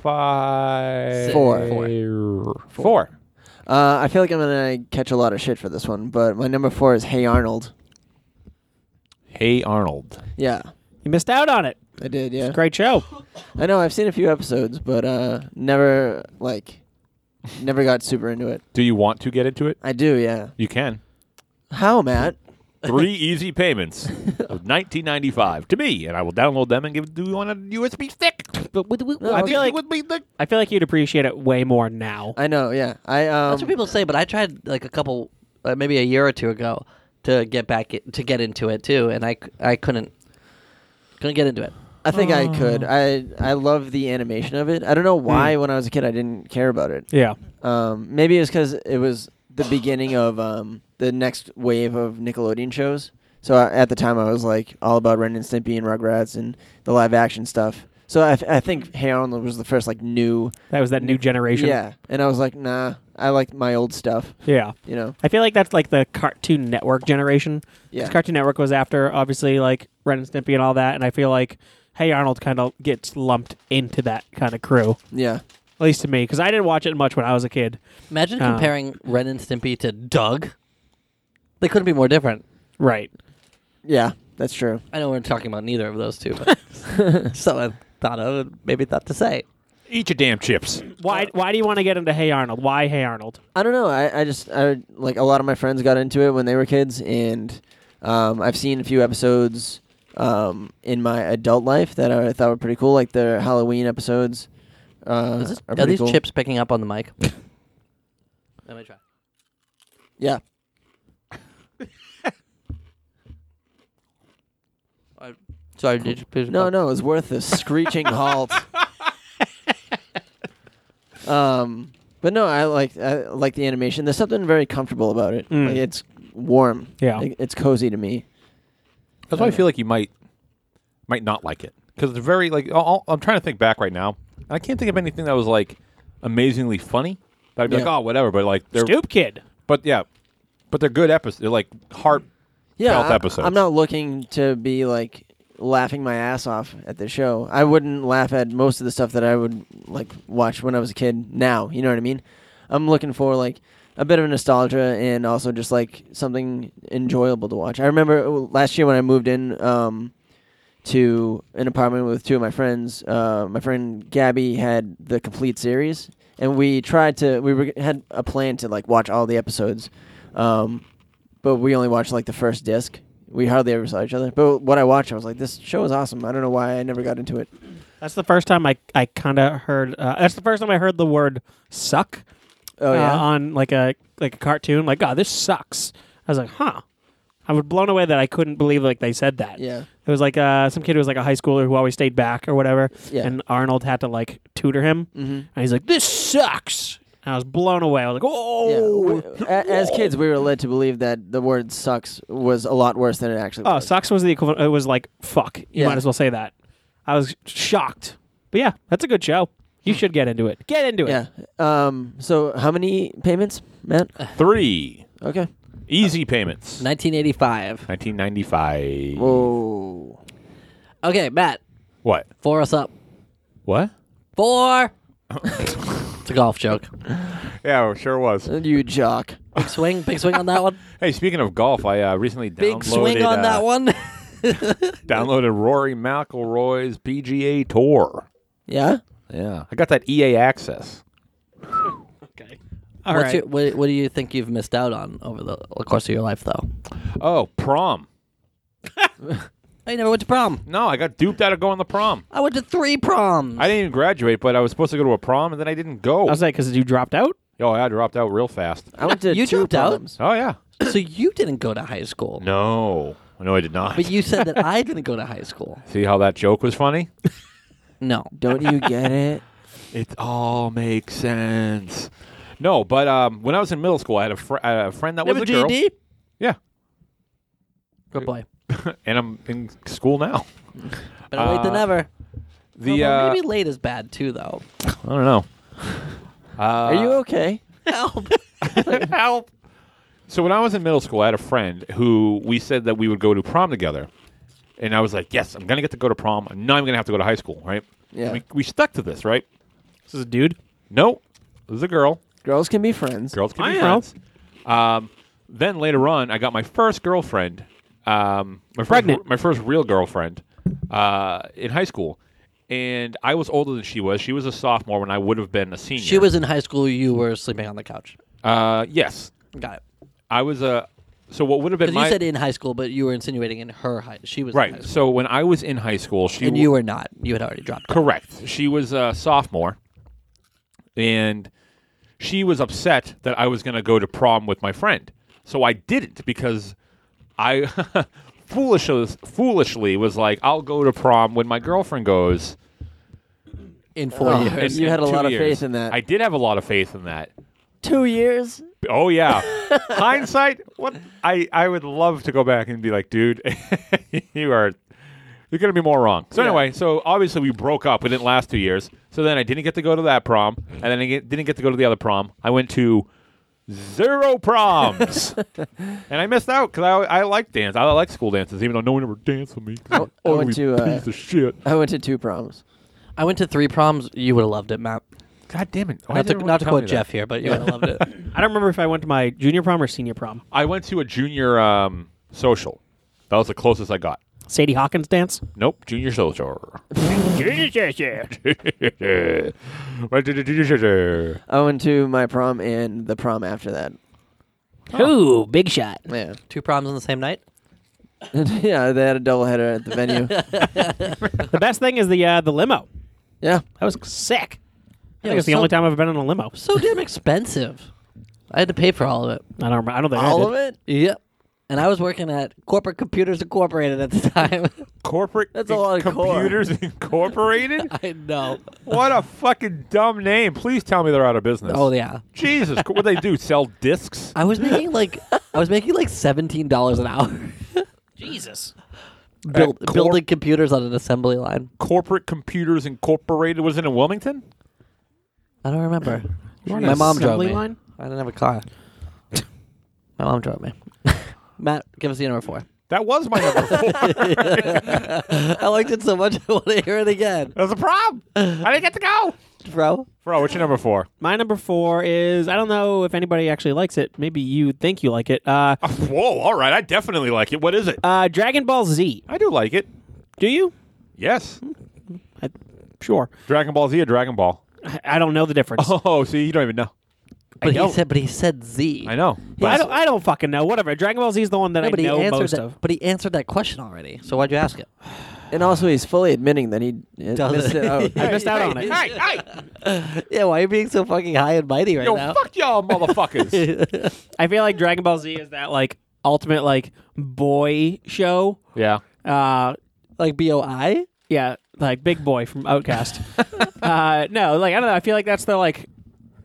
five?
Six.
Four.
Four.
Uh, I feel like I'm gonna catch a lot of shit for this one, but my number four is Hey Arnold.
Hey Arnold.
Yeah,
You missed out on it.
I did. Yeah,
Great show.
I know. I've seen a few episodes, but uh, never like, never got super into it.
Do you want to get into it?
I do. Yeah.
You can.
How, Matt? (laughs)
Three easy payments of 1995 to me, and I will download them and give it to you on a USB stick.
But with,
No,
I
okay.
feel like
would be the
I feel like you'd appreciate it way more now.
I know. Yeah. I um.
That's what people say, but I tried like a couple, uh, maybe a year or two ago, to get back i- to get into it too, and I, c- I couldn't couldn't get into it.
I think I could. I I love the animation of it. I don't know why when I was a kid I didn't care about it.
Yeah.
Um, maybe it's because it was the beginning of um, the next wave of Nickelodeon shows. So I, at the time, I was like all about Ren and Stimpy and Rugrats and the live action stuff. So I, f- I think Hey Arnold was the first like new.
That was that new generation.
Yeah, and I was like, nah, I like my old stuff.
Yeah.
You know,
I feel like that's like the Cartoon Network generation. 'Cause
Yeah.
Cartoon Network was after obviously like Ren and Stimpy and all that, and I feel like Hey Arnold kind of gets lumped into that kind of crew,
yeah,
at least to me, because I didn't watch it much when I was a kid.
Imagine
Uh.
comparing Ren and Stimpy to Doug. They couldn't be more different.
Right.
yeah, that's true.
I know we're talking about neither of those two,
(laughs)
but (laughs) so I thought of and maybe thought to say.
eat your damn chips.
Why? Why do you want to get into Hey Arnold? Why Hey Arnold?
I don't know. I, I just I like a lot of my friends got into it when they were kids, and um, I've seen a few episodes um, in my adult life that I thought were pretty cool, like the Halloween episodes. Uh,
Oh, Is this,
are
are
pretty
these
cool.
chips picking up on the (laughs) mic? Let me try.
Yeah,
I, sorry, did you please?
no, no, it was worth the
(laughs)
screeching halt. um, but no, I like I like the animation. There's something very comfortable about it.
Mm.
Like it's warm.
Yeah.
Like, it's cozy to me.
That's why I feel like you might might not like it because it's very like all, I'm trying to think back right now, and I can't think of anything that was like amazingly funny. That I'd be
Yeah.
like, oh, whatever. But like, they're
Stoop Kid.
but yeah, but they're good episodes. They're like heart.
yeah,
felt
I,
episodes.
I'm not looking to be like laughing my ass off at the show. I wouldn't laugh at most of the stuff that I would like watch when I was a kid now, you know what I mean? I'm looking for like a bit of nostalgia and also just like something enjoyable to watch. I remember uh, last year when I moved in um to an apartment with two of my friends. Uh, my friend Gabby had the complete series, and we tried to. We were, had a plan to like watch all the episodes, um, but we only watched like the first disc. We hardly ever saw each other. But what I watched, I was like, "This show is awesome." I don't know why I never got into it.
That's the first time I, I kind of heard. Uh, that's the first time I heard the word "suck."
Oh
uh,
yeah,
on like a like a cartoon. Like, God, this sucks. I was like, huh. I was blown away that I couldn't believe like they said that.
yeah.
It was like uh, some kid who was like a high schooler who always stayed back or whatever.
Yeah.
And Arnold had to like tutor him,
Mhm.
and he's like, "This sucks." And I was blown away. I was like,
Yeah,
"Oh,
we- a- as kids, we were led to believe that the word "sucks" was a lot worse than it actually
oh,
was.
sucks was the equivalent." It was like, "Fuck," you
Yeah.
might as well say that. I was shocked, but yeah, that's a good show. You should get into it. Get into it.
Hmm. Yeah. Um. So, how many payments, Matt?
Three
Okay.
easy payments.
1985.
1995.
Whoa.
Okay, Matt,
What?
four us up.
What?
Four. (laughs) it's a golf joke.
Yeah, it sure was.
You jock.
Big swing, big swing on that (laughs) one.
Hey, speaking of golf, I uh, recently downloaded,
Big swing on
uh,
that one. (laughs)
downloaded Rory McIlroy's PGA Tour.
Yeah.
Yeah, I got that EA access.
All
What's
right.
your, what, what do you think you've missed out on over the course of your life, though?
Oh, prom.
I never went to prom.
No, I got duped out of going to prom.
I went to three proms.
I didn't even graduate, but I was supposed to go to a prom, and then I didn't go.
I was like, "Cause you dropped out."
oh, I dropped out real fast.
I went to
You
two
dropped out?
problems.
Oh yeah.
so you didn't go to high school.
No, no, I did not.
But you said that I didn't go to high school.
See how that joke was funny?
No.
Don't
(laughs)
you get it?
(laughs) It all makes sense. No, but um, when I was in middle school, I had a, fr- I had a friend that
Never
was a girl.
GED?
Yeah,
Good boy.
and I'm in school now.
Better late than
Uh,
never.
The
Although
uh,
maybe late is bad too, though.
I don't know. Uh,
Are you okay?
(laughs) Help.
help? So when I was in middle school, I had a friend who we said that we would go to prom together, and I was like, "Yes, I'm gonna get to go to prom. and Now I'm gonna have to go to high school, right?"
Yeah.
We, we stuck to this, right?
This is a dude.
No, this is a girl.
Girls can be friends.
Girls can
I
be
know.
friends. Um, then later on, I got my first girlfriend, um, my first,
Pregnant.
my first real girlfriend, uh, in high school, and I was older than she was. She was a sophomore when I would have been a senior.
She was in high school. You were sleeping on the couch.
Uh, yes,
Got it.
I was a. So what would have been
Because
my
you said in high school, but you were insinuating in her high. She was in high
right?
school.
So when I was in high school, she
and
w-
you were not. You had already dropped. out.
correct. She was a sophomore, and she was upset that I was going to go to prom with my friend. So I didn't because I (laughs) foolishly foolishly was like, "I'll go to prom when my girlfriend goes."
in four
Oh,
years.
You had a
two
lot of
years.
faith in that.
I did have a lot of faith in that.
Two years.
Oh yeah, hindsight. What I I would love to go back and be like, dude, (laughs) you are you're gonna be more wrong. So anyway, so obviously we broke up. We didn't last two years. So then I didn't get to go to that prom, and then I get, didn't get to go to the other prom. I went to zero (laughs) proms, and I missed out because I I like dance. I like school dances, even though no one ever danced with me. 'cause I'm
I went
always
to,
a
uh,
piece of shit.
I went to two problems.
I went to three proms. You would have loved it, Matt.
God damn it! Why
Not
did
to,
everyone
not to
tell me
quote
that?
Jeff here, but you would have loved it.
(laughs)
I don't remember if I went to my junior prom or senior prom.
I went to a junior um, social. That was the closest I got.
Sadie Hawkins dance.
Nope, junior (laughs) soldier. Went to the junior soldier.
I went to my prom and the prom after that.
Oh.
Ooh,
(laughs)
big shot.
Yeah.
Two proms on the same night.
(laughs) yeah. They had a doubleheader at the venue.
The best thing is the uh, the limo.
yeah.
That was sick. I
Yeah,
think it's the
so-
only time I've been in a limo.
So damn expensive. I had to pay for all of it.
I don't. rem- I don't think I
All
did.
of it.
Yep. And I was working at Corporate Computers Incorporated at the time.
Corporate
That's a lot of core.
computers (laughs) incorporated.
(laughs) I know.
what a fucking dumb name! Please tell me they're out of business.
Oh yeah.
Jesus, what they do? Sell
(laughs)
discs?
I was making like I was making like seventeen dollars an hour.
Jesus.
Build,
Cor-
building computers on an assembly line.
Corporate Computers Incorporated was it in Wilmington?
I don't remember. My mom drove
assembly
me.
line?
I didn't have a car. My mom drove me. Matt, give us the number four.
That was my number four.
I liked it so much I want to hear it again,
That's a problem. I didn't get to go.
bro.
Bro, what's your number four?
My number four is I don't know if anybody actually likes it. Maybe you think you like it. Uh,
Whoa! All right, I definitely like it. What is it?
uh, Dragon Ball Z.
I do like it.
Do you?
Yes.
I, sure.
Dragon Ball Z or Dragon Ball?
I, I don't know the difference.
Oh, see, you don't even know.
But he
don't.
said, but he said Z.
I know.
But I don't. I don't fucking know. Whatever. Dragon Ball Z is the one that
No, but
I
he
know
answered
most
that,
of.
But he answered that question already. So why'd you ask it?
And also, he's fully admitting that he uh,
Does
missed
it.
it out.
(laughs) I missed out on it.
Hey, hey,
Yeah, why are you being so fucking high and mighty right
yo,
now?
fuck y'all,
(laughs)
motherfuckers.
I feel like Dragon Ball Z is that like ultimate like boy show.
yeah.
Uh,
Like B O I.
yeah, like Big Boy from
(laughs)
Outcast. uh, no, like I don't know. I feel like that's the like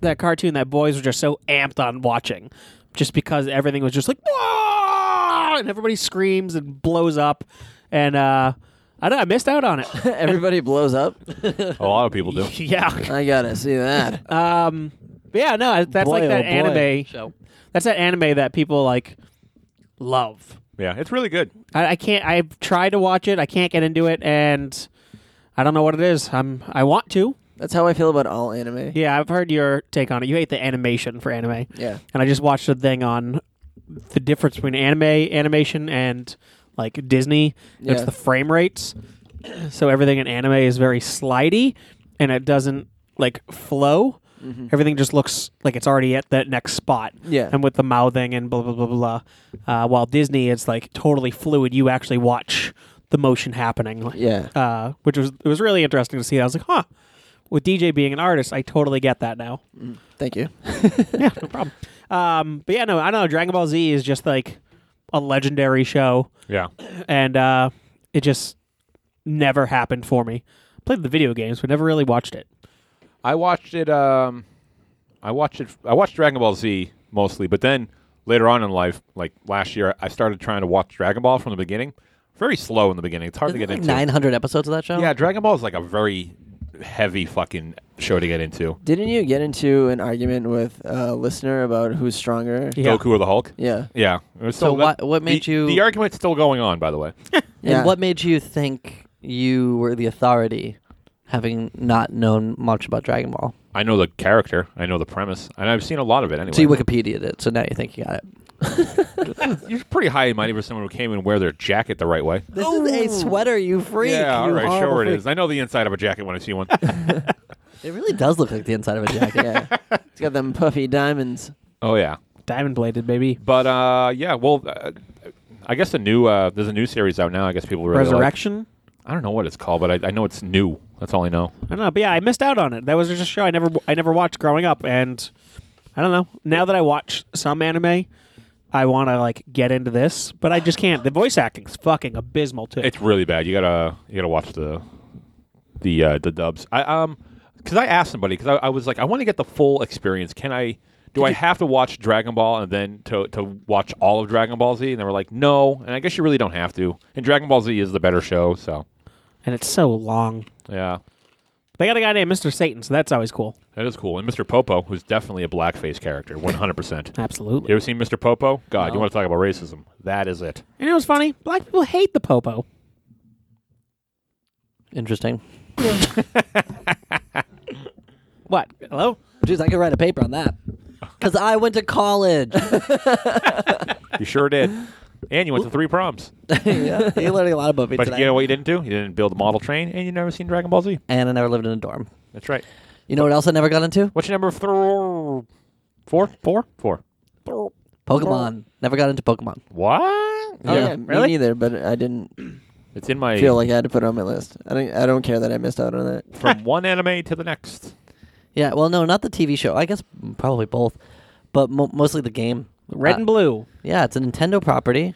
that cartoon that boys were just so amped on watching, just because everything was just like "Wah!" and everybody screams and blows up, and uh, I don't. know, I missed out
(laughs)
on it. (laughs)
Everybody blows up.
A lot of people do.
yeah.
I gotta see that.
Um. but yeah. No. That's
Boy,
like that
oh boy.
anime.
So
That's that anime that people like love.
Yeah, it's really good.
I, I can't. I've tried to watch it. I can't get into it, and I don't know what it is. I'm. I want to.
That's how I feel about all anime.
Yeah, I've heard your take on it. You hate the animation for anime.
Yeah.
And I just watched a thing on the difference between anime animation and like Disney. It's
Yeah.
the frame rates. (clears throat) So everything in anime is very slidey and it doesn't like flow. Everything just looks like it's already at that next spot.
Mm-hmm. Yeah.
And with the mouthing and blah, blah, blah, blah. Uh, while Disney, it's like totally fluid. You actually watch the motion happening. Like,
Yeah.
uh, which was it was really interesting to see. I was like, huh. With DJ being an artist, I totally get that now.
Thank you.
yeah, no problem. Um, but yeah, no, I don't know. Dragon Ball Z is just like a legendary show,
Yeah.
and uh, it just never happened for me. Played the video games, but never really watched it.
I watched it. Um, I watched it. I watched Dragon Ball Z mostly, but then later on in life, like last year, I started trying to watch Dragon Ball from the beginning. Very slow in the beginning. It's hard to get
like
into.
nine hundred episodes of that show.
Yeah, Dragon Ball is like a very heavy fucking show to get into.
Didn't you get into an argument with a listener about who's stronger?
Yeah.
Goku or the Hulk?
Yeah.
Yeah. So,
what- what made
the-
you-
The argument's still going on, by the way.
And
Yeah.
what made you think you were the authority, having not known much about Dragon Ball?
I know the character. I know the premise, and I've seen a lot of it anyway.
So you Wikipedia did. So now you think you got it.
You're pretty high and mighty for someone who came and wear their jacket the right way.
This is a sweater, you freak.
Oh! yeah, all
you
right,
horrible
sure it
freak.
is. I know the inside of a jacket when I see
(laughs)
one.
It really does look like the inside of a jacket.
Yeah. it's got them puffy diamonds.
oh yeah.
Diamond bladed, baby.
But uh, yeah, well, uh, I guess the new uh, there's a new series out now. I guess people really like.
Resurrection.
I don't know what it's called, but I, I know it's new. That's all I know.
I don't know, but yeah, I missed out on it. That was just a show I never I never watched growing up, and I don't know. Now that I watch some anime. I want to like get into this, but I just can't. The voice acting's fucking abysmal too.
It's really bad. You gotta you gotta watch the the uh, the dubs. I um because I asked somebody because I, I was like I want to get the full experience. Can I? Do I have to watch Dragon Ball and then to, to watch all of Dragon Ball Z? And they were like, no. And I guess you really don't have to. And Dragon Ball Z is the better show, so
and it's so long.
yeah,
They got a guy named Mr. Satan, so that's always cool.
that is cool. And Mr. Popo, who's definitely a blackface character, one hundred
(laughs)
percent. You
Absolutely.
ever seen Mr. Popo? God, you want to talk about racism? That is it.
And it was funny. Black people hate the popo.
(laughs) Interesting.
What? Hello?
Jeez, I could write a paper on that. Because I went to (laughs) college.
You sure did. And you went to three proms.
yeah, you're learning a lot about me
But
today.
you know what you didn't do? You didn't build a model train, and you never seen Dragon Ball Z.
and I never lived in a dorm.
That's right.
You know what else I never got into?
What's your number thr- four? Four? Four.
Pokemon. Never got into Pokemon.
What?
Oh, yeah,
Really?
me neither, but I didn't
It's in my
feel like I had to put it on my list. I don't, I don't care that I missed out on
(laughs)
that.
from one anime to the next.
Yeah, well, no, not the TV show. I guess probably both, but mo- mostly the game.
Red
Uh,
and blue. (laughs)
Yeah, it's a Nintendo property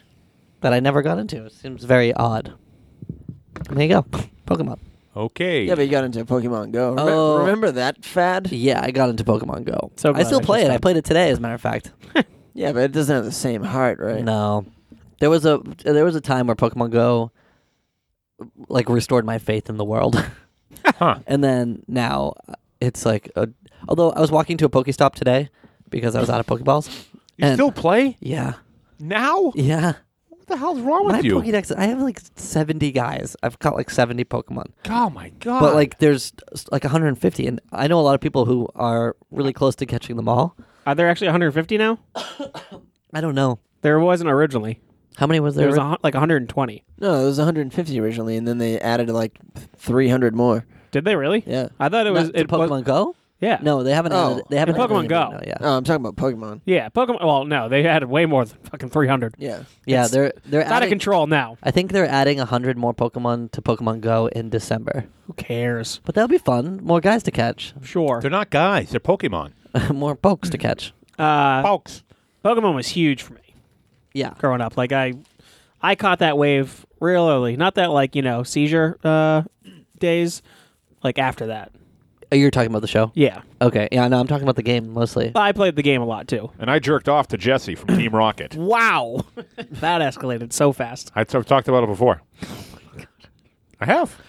that I never got into. It seems very odd. There you go, (laughs) Pokemon.
Okay.
Yeah, but you got into Pokemon Go. Remem-
Oh.
Remember that fad?
Yeah, I got into Pokemon Go.
So
I
glad
still
I
play
just
it. I
stopped.
played it today, as a matter of fact.
Yeah, but it doesn't have the same heart, right?
No, there was a there was a time where Pokemon Go like restored my faith in the world, (laughs)
Huh.
and then now uh, it's like. A, although I was walking to a Pokestop today because I was out of Pokeballs.
You
and-
still play
Yeah,
now?
yeah.
What the hell's wrong
My
with you?
Pokedex, I have like 70 guys. I've caught like 70 Pokemon.
oh my god.
But like there's s- like 150 and I know a lot of people who are really close to catching them all.
Are there actually 150 now?
I don't know.
There wasn't originally.
How many was there?
There was a, hun- like 120.
No, it was 150 originally, and then they added like 300 more.
Did they really?
Yeah.
I thought it
Not
was
to
it
Pokemon
Was,
Go?
yeah.
No, they haven't.
Oh.
added, they haven't.
In
added
Pokemon
anything
Go.
now, Yeah,
Oh, I'm talking about Pokemon.
Yeah, Pokemon. Well, no, they had way more than fucking 300.
Yeah.
yeah.
It's-
They're they're
It's out of
adding-
control now.
I think they're adding hundred more Pokemon to Pokemon Go in December.
Who cares?
But that'll be fun. More guys to catch. (laughs)
Sure.
They're not guys. They're Pokemon.
More pokes to catch.
Uh,
Pokes.
Pokemon was huge for me
Yeah.
growing up. Like I, I caught that wave real early. Not that like you know seizure uh, days. Like after that.
Oh, you're talking about the show.
Yeah.
Okay. Yeah. No, I'm talking about the game mostly.
I played the game a lot too.
And I jerked off to Jesse from Team Rocket.
Wow, (laughs) that escalated so fast.
I- I've talked about it before. I have.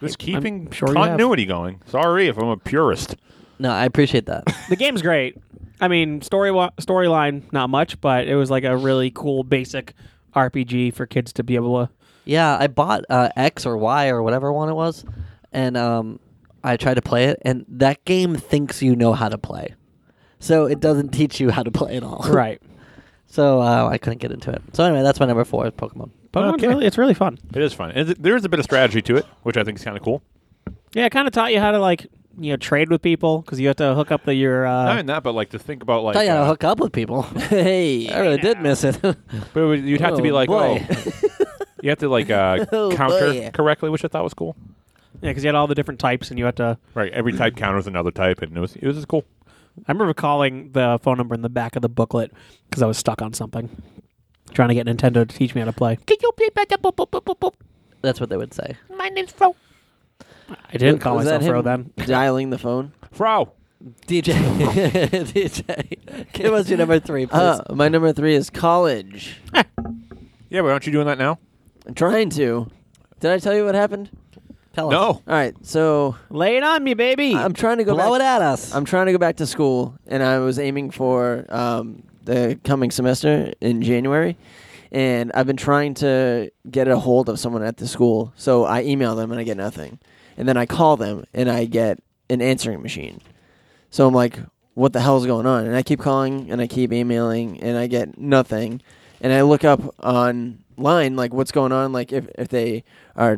Just keeping
sure you have.
continuity going. Sorry if I'm a purist.
No, I appreciate that. (laughs)
The game's great. I mean, story wa- storyline not much, but it was like a really cool basic RPG for kids to be able to.
(laughs) yeah, I bought uh, X or Y or whatever one it was, and um, I tried to play it, and that game thinks you know how to play, so it doesn't teach you how to play at all. (laughs)
Right.
So uh, I couldn't get into it. So anyway, that's my number four is Pokemon.
Pokemon's
Okay.
really, it's really fun.
It is fun. And th- there is a bit of strategy to it, which I think is kind of cool.
Yeah, it kind of taught you how to like you know trade with people because you have to hook up the, your.
Not
Uh,
in that, but like to think about like.
Thought you had to
uh,
hook up with people.
Hey.
(laughs) I really did miss it.
but it would- you'd have to be
Oh,
like,
boy.
oh, you have to like uh,
(laughs) Oh,
counter
boy.
correctly, which I thought was cool.
yeah, because you had all the different types, and you had to.
Right, every type counters another type, and it was it was just cool.
I remember calling the phone number in the back of the booklet because I was stuck on something, trying to get Nintendo to teach me how to play.
(laughs) That's what they would say.
My name's Fro.
I didn't call
Was that
myself Fro
him (laughs)
then.
Dialing
(laughs)
the phone.
Frau,
DJ, (laughs) DJ, give us your number three, please.
Uh, my number three is
(laughs)
college.
yeah, but aren't you doing that now?
I'm trying to. Did I tell you what happened?
Tell us.
No,
All right, so
Lay it on me, baby.
I'm trying to go
Blow
back.
it at us.
I'm trying to go back to school, and I was aiming for um, the coming semester in January. And I've been trying to get a hold of someone at the school, so I email them and I get nothing, and then I call them and I get an answering machine. So I'm like, what the hell's going on? And I keep calling and I keep emailing and I get nothing. And I look up online like what's going on, like if, if they are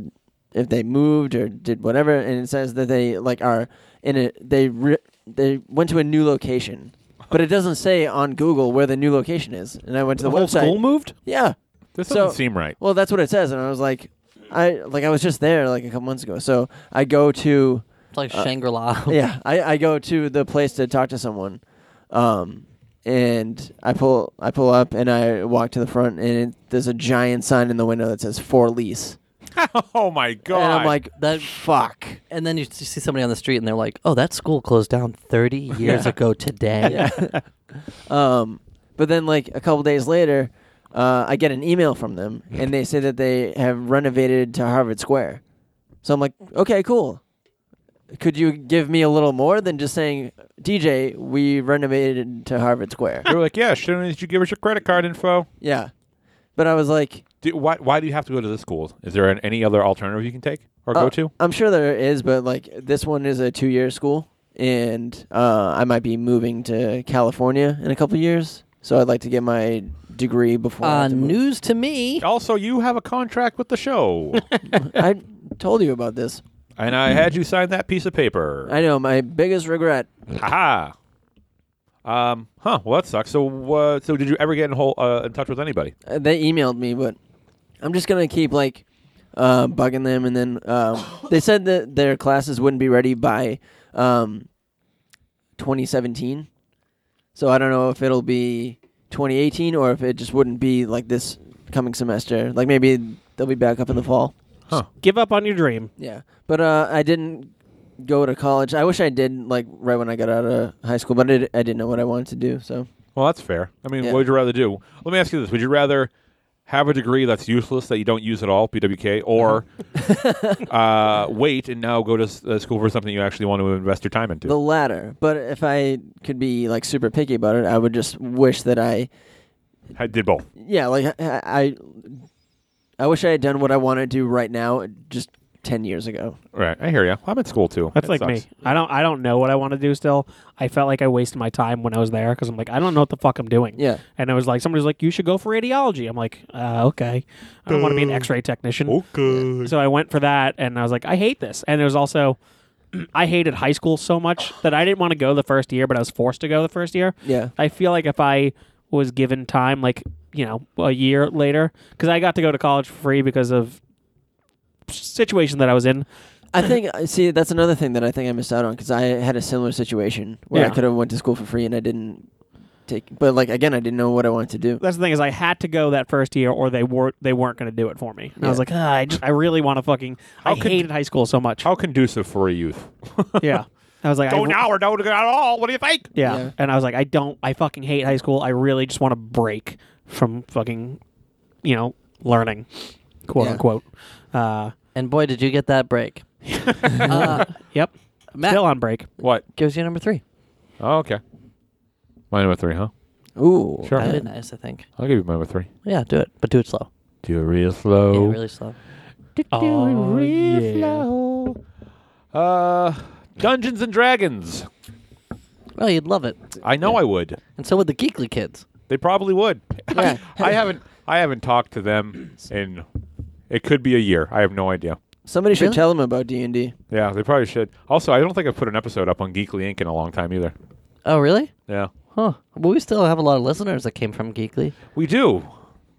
if they moved or did whatever, and it says that they like are in a they re- they went to a new location, but it doesn't say on Google where the new location is. And I went to the,
whole
website.
school moved.
Yeah.
this
So-
doesn't seem right.
Well, that's what it says, and I was like, I like I was just there like a couple months ago, so I go to
it's like Shangri La. (laughs)
(laughs) yeah, I, I go to the place to talk to someone, um, and I pull I pull up and I walk to the front and it, there's a giant sign in the window that says for lease,
(laughs) oh my god!
and I'm like,
That
fuck.
and then you s- see somebody on the street, and they're like, "Oh, that school closed down 30 years ago today." Uh,
Um, but then like a couple days later, uh, I get an email from them and they say that they have renovated to Harvard Square, so I'm like, okay, cool. Could you give me a little more than just saying, DJ, we renovated to Harvard Square? (laughs)
they were like, yeah, shouldn't did you give us your credit card info?
yeah. But I was like,
Do, why why do you have to go to this school? Is there an, any other alternative you can take or
Uh,
go to?
I'm sure there is, but like this one is a two year school, and uh, I might be moving to California in a couple years, so I'd like to get my degree before. I
Uh,
have to move.
news to me.
Also, you have a contract with the show,
(laughs) I told you about this.
and I had you sign that piece of paper.
I know my biggest regret.
Aha. Um. Huh. Well, that sucks. So, uh, so did you ever get in whole uh, in touch with anybody?
Uh, they emailed me, but I'm just gonna keep like uh, bugging them, and then um, they said that their classes wouldn't be ready by um, 2017. So I don't know if it'll be 2018 or if it just wouldn't be like this coming semester. Like maybe they'll be back up in the fall.
Give up on your dream.
Yeah, but uh, I didn't go to college. I wish I did like right when I got out of high school, but I, did, I didn't know what I wanted to do. So
Well, that's fair. I mean,
Yeah.
what would you rather do? Let me ask you this: Would you rather have a degree that's useless that you don't use at all, PWK, or
Uh-huh.
(laughs) uh, wait and now go to s- uh, school for something you actually want to invest your time into?
The latter. But if I could be like super picky about it, I would just wish that I,
I did both.
yeah, like I, I, I wish I had done what I want to do right now, just ten years ago.
Right. I hear you. I'm at school too.
That's
It
like
sucks.
me. I don't. I don't know what I want to do. Still, I felt like I wasted my time when I was there because I'm like, I don't know what the fuck I'm doing.
Yeah.
And I was like, somebody's like, you should go for radiology. I'm like, uh, okay. I don't want to be an X-ray technician.
Okay.
So I went for that, and I was like, I hate this. And there was also, (clears throat) I hated high school so much that I didn't want to go the first year, but I was forced to go the first year.
Yeah.
I feel like if I was given time, like you know, a year later, because I got to go to college for free because of situation that I was in.
I think uh, see that's another thing that I think I missed out on because I had a similar situation where I
Yeah.
could have went to school for free and I didn't take. But like again, I didn't know what I wanted to do.
That's the thing is I had to go that first year, or they were they weren't going to do it for me. And I
Yeah.
was like, ah, I just I really want to fucking. I
could-
hated high school so much.
How conducive for a youth?
(laughs)
(laughs)
yeah, I was like, I,
Go now or don't go at all. What do you think?
Yeah.
Yeah.
And I was like, I don't, I fucking hate high school. I really just want to break from fucking, you know, learning, quote
Yeah.
unquote. Uh,
And boy, did you get that break. uh,
yep.
Matt
Still on break.
What?
gives you number three.
Oh, okay. My number three, huh?
Ooh,
Sure.
That'd be nice, I think.
I'll give you my number three.
Yeah, do it, but do it slow.
Do it real
Yeah,
slow.
really slow.
Oh, yeah.
slow. Uh, Dungeons and Dragons.
Oh, you'd love it.
I know I would.
And so would the Geekly kids.
They probably would.
Yeah.
I haven't. I haven't talked to them in. It could be a year. I have no idea.
somebody should
Really?
tell him about D and D.
Yeah, they probably should. Also, I don't think I've put an episode up on Geekly Inc. in a long time either.
Oh, really?
Yeah,
Huh. Well, we still have a lot of listeners that came from Geekly.
we do,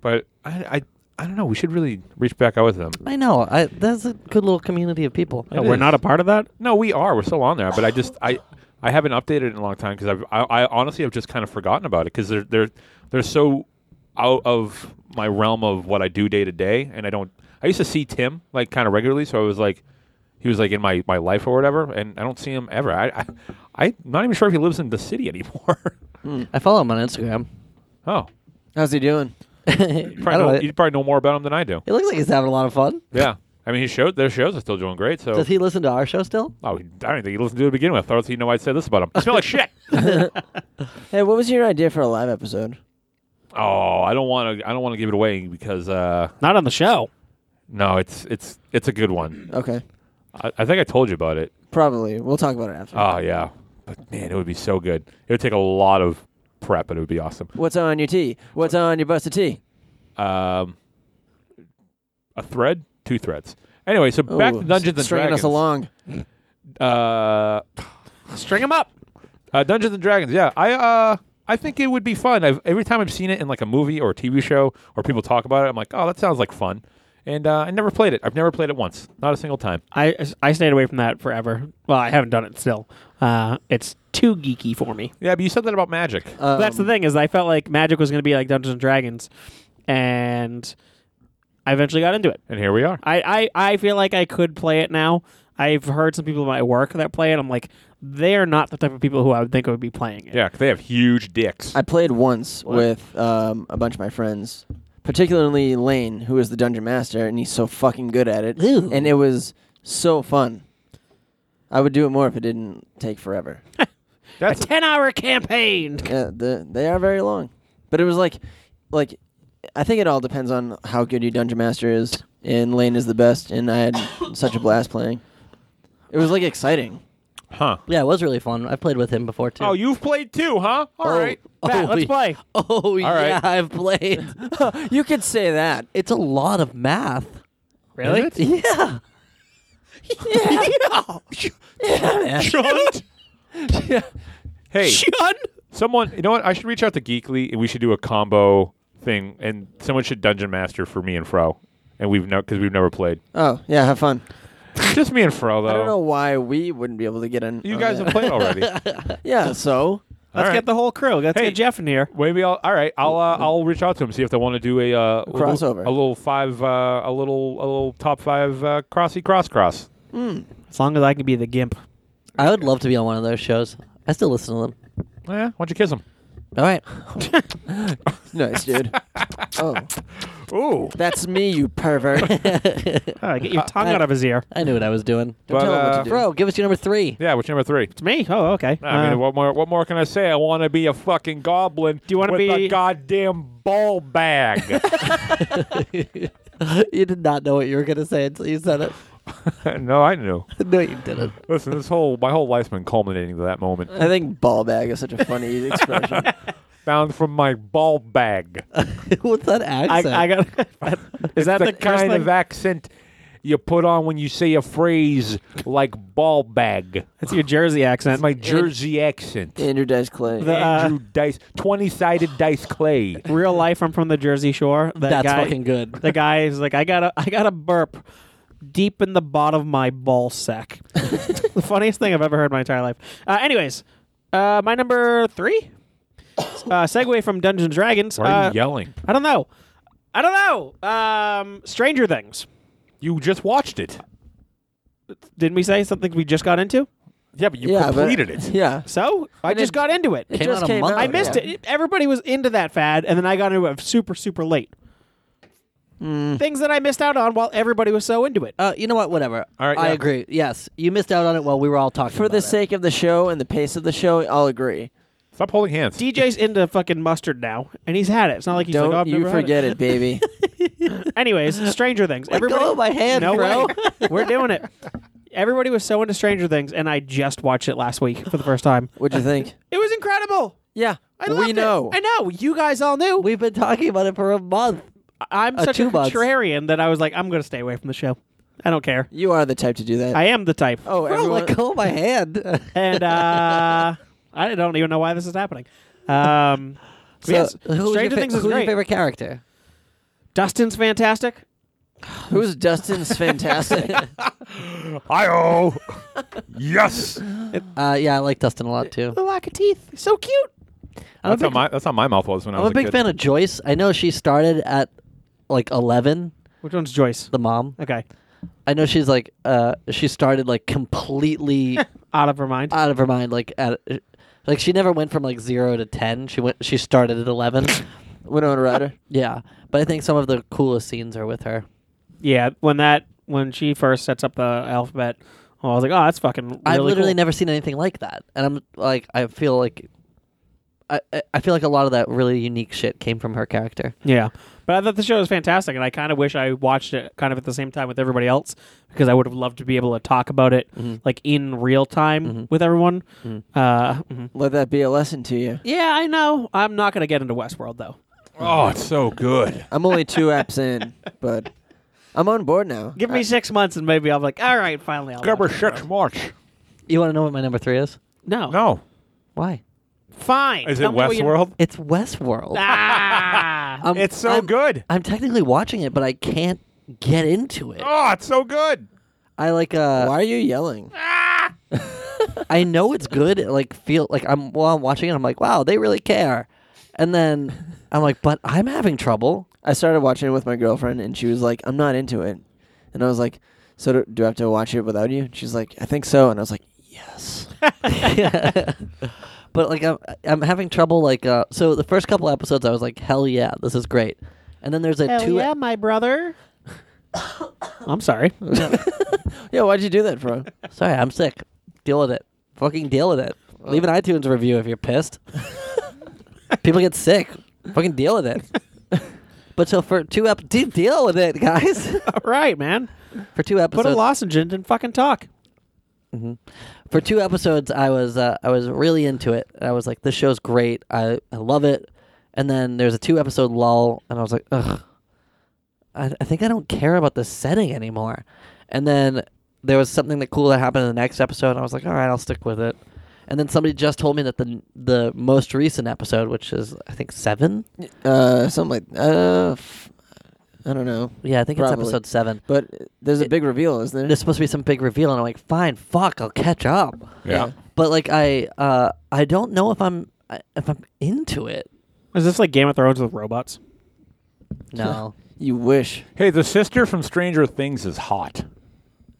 but I, I, I don't know. We should really reach back out with them.
I know. I that's a good little community of people.
Uh, we're
is.
not a part of that.
No, we are. We're still on there, but I just I I haven't updated it in a long time because I've I, I honestly have just kind of forgotten about it because they're they're they're so out of my realm of what I do day to day, and I don't. I used to see Tim like kind of regularly, so I was like, he was like in my my life or whatever, and I don't see him ever. I, I I'm not even sure if he lives in the city (laughs) anymore.
I follow him on Instagram.
oh,
How's he doing?
I
you probably,
don't
know,
know.
you probably know more about him than I do.
It looks like he's having a lot of fun.
Yeah, I mean, his show their shows are still doing great. So
Does he listen to our show still?
oh, I don't even think he listened to it to begin with. I don't think you know I'd say this about him. (laughs) I smell like shit.
Hey, what was your idea for a live episode?
Oh, I don't want to. I don't want to give it away because uh,
(laughs) Not on the show.
no, it's it's it's a good one.
Okay,
I, I think I told you about it.
probably we'll talk about it after.
Oh yeah, but man, it would be so good. It would take a lot of prep, but it would be awesome.
What's on your tea? What's on your busted tea?
Um, a thread, two threads. Anyway, so back
Ooh,
to Dungeons and
stringing
Dragons.
us along.
Uh,
String them up.
uh, Dungeons and Dragons. Yeah, I uh, I think it would be fun. I've, every time I've seen it in like a movie or a TV show or people talk about it, I'm like, oh, that sounds like fun. And uh, I never played it. I've never played it once. Not a single time.
I, I stayed away from that forever. Well, I haven't done it still. Uh, it's too geeky for me.
Yeah, but you said that about Magic.
Um,
That's the thing is I felt like Magic was going to be like Dungeons and Dragons, and I eventually got into it.
And here we are.
I, I, I feel like I could play it now. I've heard some people at my work that play it. I'm like, they're not the type of people who I would think would be playing it.
Yeah, 'cause they have huge dicks.
I played once with um, a bunch of my friends, particularly Lane, who is the dungeon master, and he's so fucking good at it.
Ew.
And it was so fun. I would do it more if it didn't take forever.
A
That's
ten hour campaign.
yeah, the, they are very long, but it was like, like, I think it all depends on how good your dungeon master is. And Lane is the best, and I had (coughs) such a blast playing. It was like exciting.
huh.
Yeah, it was really fun. I played with him before too.
Oh, you've played too, huh? All
Oh,
(laughs)
right.
oh,
Matt, let's
yeah.
(laughs)
play.
Oh yeah,
right.
I've played.
You could say that.
it's a lot of math.
Really?
Yeah.
(laughs)
(laughs)
Hey,
Shun?
someone. You know what? I should reach out to Geekly, and we should do a combo thing, and someone should dungeon master for me and Fro, and we've no because we've never
(laughs)
played.
Oh yeah, have fun.
Just me and Fro, though.
I don't know why we wouldn't be able to get in.
You
on
guys
that.
have played already.
(laughs) yeah. So
Let's
right.
get the whole crew. Let's
Hey.
get Jeff in here.
Maybe I'll. All right, I'll. Uh, I'll reach out to them see if they want to do a uh,
crossover.
a little five, uh, a little a little top five uh, crossy cross cross.
As long as I can be the gimp.
(laughs) I would love to be on one of those shows. I still listen to them.
Yeah, why don't you kiss them?
All
(laughs)
right.
Nice, dude. oh,
Ooh,
that's me, you pervert. (laughs) Don't
All right, Oh, get
Uh,
your tongue out of his ear.
(laughs) I knew what I was doing.
But,
tell him
uh,
what to do.
Bro, give us your
(laughs)
number three.
yeah. Which number three?
It's me. Oh, okay.
I
Uh,
mean, what more? What more can I say? I want to be a fucking goblin. Do
you wanna
want to a
be-
goddamn ball bag?
(laughs)
(laughs)
(laughs) you did not know what you were gonna say until you said it.
no, I knew.
no, you didn't.
Listen, this whole my whole life's been culminating to that moment.
Uh,
I think ball bag is such a funny
(laughs)
expression.
Found from my ball bag.
(laughs) What's that
I,
accent?
I got. (laughs) is that
It's
uh, the,
the kind of accent you put on when you say a phrase like ball bag?
That's your Jersey accent.
That's my Jersey accent.
Andrew Dice Clay.
The, uh,
Andrew Dice, twenty-sided dice clay.
real life. I'm from the Jersey Shore. That
That's
guy,
fucking good.
The guy is like, I got a, I got a burp deep in the bottom of my ball sack. (laughs) the funniest thing I've ever heard in my entire life. Uh, anyways, uh, my number three. Uh, segue from Dungeons and Dragons.
Why are
Uh,
you yelling?
I don't know. I don't know. Um, Stranger Things.
You just watched it.
Didn't we say something we just got into?
Yeah, but you
yeah, but-
completed it.
Yeah.
So I
And
just
it-
got into it.
It
Came out
just
a
came
month
out.
I missed
yeah.
it. It- Everybody was into that fad, and then I got into it super, super late. Things that I missed out on while everybody was so into it.
uh, you know what? Whatever.
All right,
I
yeah.
agree. Yes, you missed out on it while we were all talking.
For
about
the
it.
sake of the show and the pace of the show, I'll agree.
Stop holding hands.
DJ's into fucking mustard now, and he's had it. It's not like he's
Don't
like, oh, I've
you
never had
forget it,
(laughs)
baby.
it. (gasps) Anyways, Stranger Things.
Let
everybody,
go of my hand,
(laughs) no,
bro.
way. we're doing it. Everybody was so into Stranger Things, and I just watched it last week for the first time.
What'd you think?
(sighs) It was incredible.
Yeah,
I loved
we
it.
know.
I know. You guys all
(laughs)
knew.
We've been talking about it for a month.
I'm
Uh,
such a
two months.
contrarian that I was like, I'm going to stay away from the show. I don't care.
You are the type to do that.
I am the type.
oh,
Bro,
everyone.
let go of my hand.
(laughs) and uh, I don't even know why this is happening. Um,
(laughs)
but
So,
yes,
who's your
Stranger
fa-
Things is
who's your
great.
favorite character?
Dustin's fantastic.
Who's Dustin's fantastic?
I oh. yes.
(laughs) Uh, yeah, I like Dustin a lot too.
The lack of teeth, so cute.
I'm a
That's how
big,
my that's how my mouth was when I
I'm
was
a big
kid.
fan of Joyce. I know she started at like 11,
Which one's Joyce?
the mom.
Okay,
I know she's like uh, she started like
(laughs)
completely
out of her mind.
out of her mind. Like at like she never went from like zero to ten. She went she started at
(laughs)
11.
Winona Ryder.
yeah, but I think some of the coolest scenes are with her.
yeah, when that when she first sets up the alphabet, I was like, oh, that's fucking. Really
I've literally
cool.
never seen anything like that, and I'm like I feel like. I, I- I feel like a lot of that really unique shit came from her character.
Yeah, but I thought the show was fantastic, and I kind of wish I watched it kind of at the same time with everybody else because I would have loved to be able to talk about it
Mm-hmm.
like in real time with everyone. Uh, mhm.
Let that be a lesson to you.
Yeah, I know. I'm not gonna get into Westworld though.
Oh, it's so good.
I'm only two apps in, but I'm on board now.
Give me
Uh,
six months and maybe I'm like, all right, finally. I'll
Gerber
watch it."
six March.
You want to know what my number three is?
No.
No,
Why?
Fine.
is it
Tell me what you-
Westworld?
It's Westworld.
Ah.
(laughs) I'm-
It's so
I'm-
good.
I'm technically watching it, but I can't get into it.
Oh, it's so good.
I like uh,
Why are you yelling?
I know it's good. it, Like feel like I'm while I'm watching it, I'm like, wow, they really care. And then I'm like, but I'm having trouble.
I started watching it with my girlfriend, and she was like, "I'm not into it," and I was like, "So do, do I have to watch it without you?" She's like, "I think so," and I was like, "Yes."
(laughs) but like I'm, I'm having trouble. Like uh, so the first couple episodes, I was like, hell yeah, this is great. And then there's a
Hell
two.
e-
yeah, my brother. (coughs) I'm sorry. (laughs)
yeah, why'd you do that, (laughs) bro?
e-, Sorry, I'm sick. Deal with it. Fucking deal with it. Leave an iTunes review if you're
(laughs)
pissed. People get sick. Fucking deal with it.
(laughs)
but so for two ep, de- deal with it, guys.
All right, man.
for two
Put
episodes,
a lozenge in and fucking talk.
for two episodes, I was uh, I was really into it. I was like, this show's great. I, I love it. And then there's a two episode lull, and I was like, ugh. I, I think I don't care about the setting anymore. And then there was something that cool that happened in the next episode, and I was like, all right, I'll stick with it. And then somebody just told me that the the most recent episode, which is I think seven,
Uh, something like uh, f- I don't know,
yeah, I think it's
Probably.
episode seven.
but there's a
It-
big reveal, isn't there?
There's supposed to be some big reveal, and I'm like, fine, fuck, I'll catch up.
Yeah.
But like, I uh, I don't know if I'm I- if I'm into it.
Is this like Game of Thrones with robots?
(laughs) No.
you wish.
Hey, the sister from Stranger Things is hot.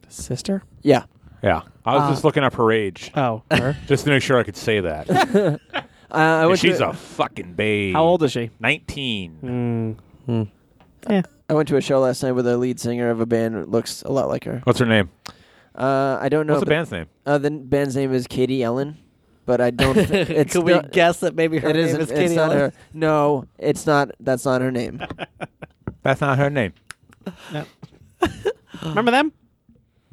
Sister?
Yeah,
Yeah, I was
Uh,
just looking up her age
Oh, her.
just to make sure I could say that.
uh, I
And
went.
she's
to,
a fucking babe.
How old is she?
Nineteen.
I went to a show last night with the lead singer of a band that looks a lot like her.
What's her name?
Uh, I don't know.
What's the
but-
band's name?
Uh, the n- band's name is Katie Ellen, but
(laughs)
I (laughs) don't. thi- it's
Could we
not-
guess that maybe (laughs) her
It
name
isn't.
is
It's
Katie
not
Ellen?
her. No, it's not. That's not her name.
That's not her name.
Remember them?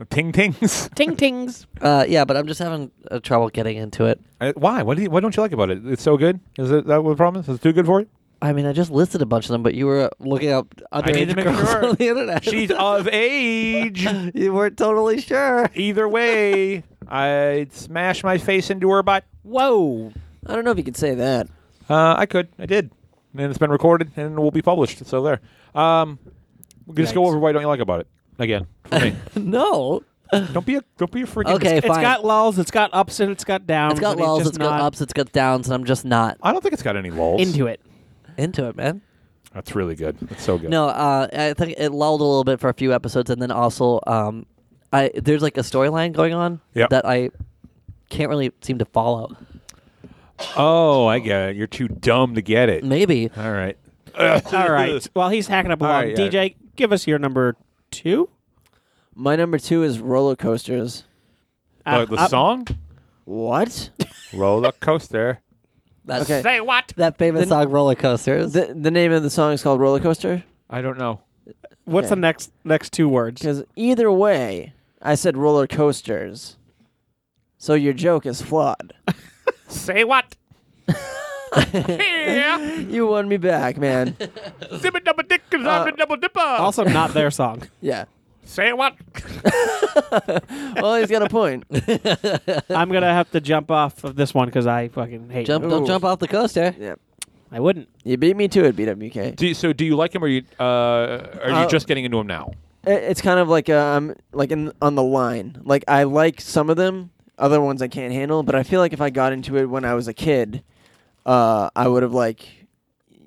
Ting tings. (laughs)
Ting tings.
Uh, yeah, but I'm just having uh, trouble getting into it.
Uh, Why? What do you, What don't you like about it? It's so good. Is it that what the problem is? Is it too good for you?
I mean, I just listed a bunch of them, but you were uh, looking up
need to
underage
make
girls
sure.
on the internet. (laughs)
She's of age.
you weren't totally sure.
Either way, I'd smash my face into her butt.
Whoa.
I don't know if you could say that.
Uh, I could. I did. And it's been recorded and will be published. So there. Um, we can just go
Yikes.
over why don't you like about it again. For me.
(laughs) no.
don't be a don't be a freaking.
Okay,
(laughs) It's
fine.
got lulls, it's got ups, and it's got downs.
it's got
and
lulls,
just
it's got
not
ups, it's got downs, and I'm just not
I don't think it's got any lulls. (laughs)
Into it.
into it, man.
That's really good. That's so good.
No, uh, I think it lulled a little bit for a few episodes, and then also, um, I there's like a storyline going on
Yep.
that I can't really seem to follow.
Oh, I get it. You're too dumb to get it.
Maybe
All right.
All
(laughs)
right. While he's hacking up a
All
log,
right, yeah.
DJ, give us your number two.
My number two is roller coasters.
But Oh,
Uh,
the song?
What?
Roller coaster.
that's
(laughs) Okay.
Say what?
that famous song roller coasters.
The, the name of the song is called Roller Coaster.
I don't know.
What's
Okay.
the next next two words?
Because either way, I said roller coasters. So your joke is flawed.
(laughs) Say what?
(laughs)
(laughs)
you won me back, man.
Zibba double dick, zibba double dipper.
Also, not their song.
yeah.
Say what?
(laughs) Well, he's got
(laughs)
a point.
I'm gonna have to jump off of this one because I fucking hate.
Jump!
it.
Don't
Ooh.
jump off the coaster.
yeah.
I wouldn't.
You beat me to it, BWK.
Do you, so do you like him or you uh, are you
Uh,
just getting into him now?
I- It's kind of like uh, I'm like in, on the line. Like I like some of them, other ones I can't handle. But I feel like if I got into it when I was a kid, uh, I would have like,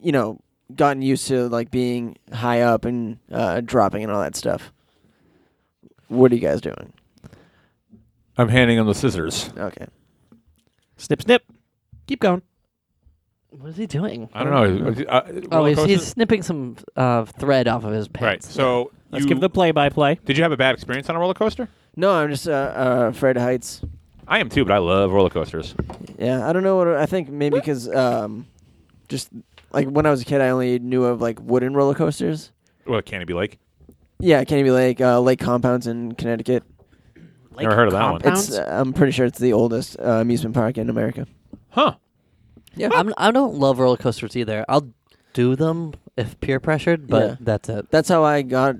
you know, gotten used to like being high up and uh, dropping and all that stuff. What are you guys doing?
I'm handing him the scissors.
Okay.
Snip, snip. Keep going.
What is he doing?
I don't know. Uh,
Oh,
roller
he's, he's
coaster-
snipping some uh, thread off of his pants.
right. So
Let's
you-
give the play-by-play.
Did you have a bad experience on a roller coaster?
No, I'm just uh, uh, afraid of heights.
I am too, but I love roller coasters.
Yeah, I don't know what I think. Maybe because um, just like when I was a kid, I only knew of like wooden roller coasters.
Well, can it be like?
Yeah, Canopy Lake, uh, Lake Compounds in Connecticut.
Lake
Never heard of that one.
compounds?
It's uh, I'm pretty sure it's the oldest uh, amusement park in America.
Huh.
Yeah,
I'm, I don't love roller coasters either. I'll do them if peer pressured, but
Yeah.
that's it.
that's how I got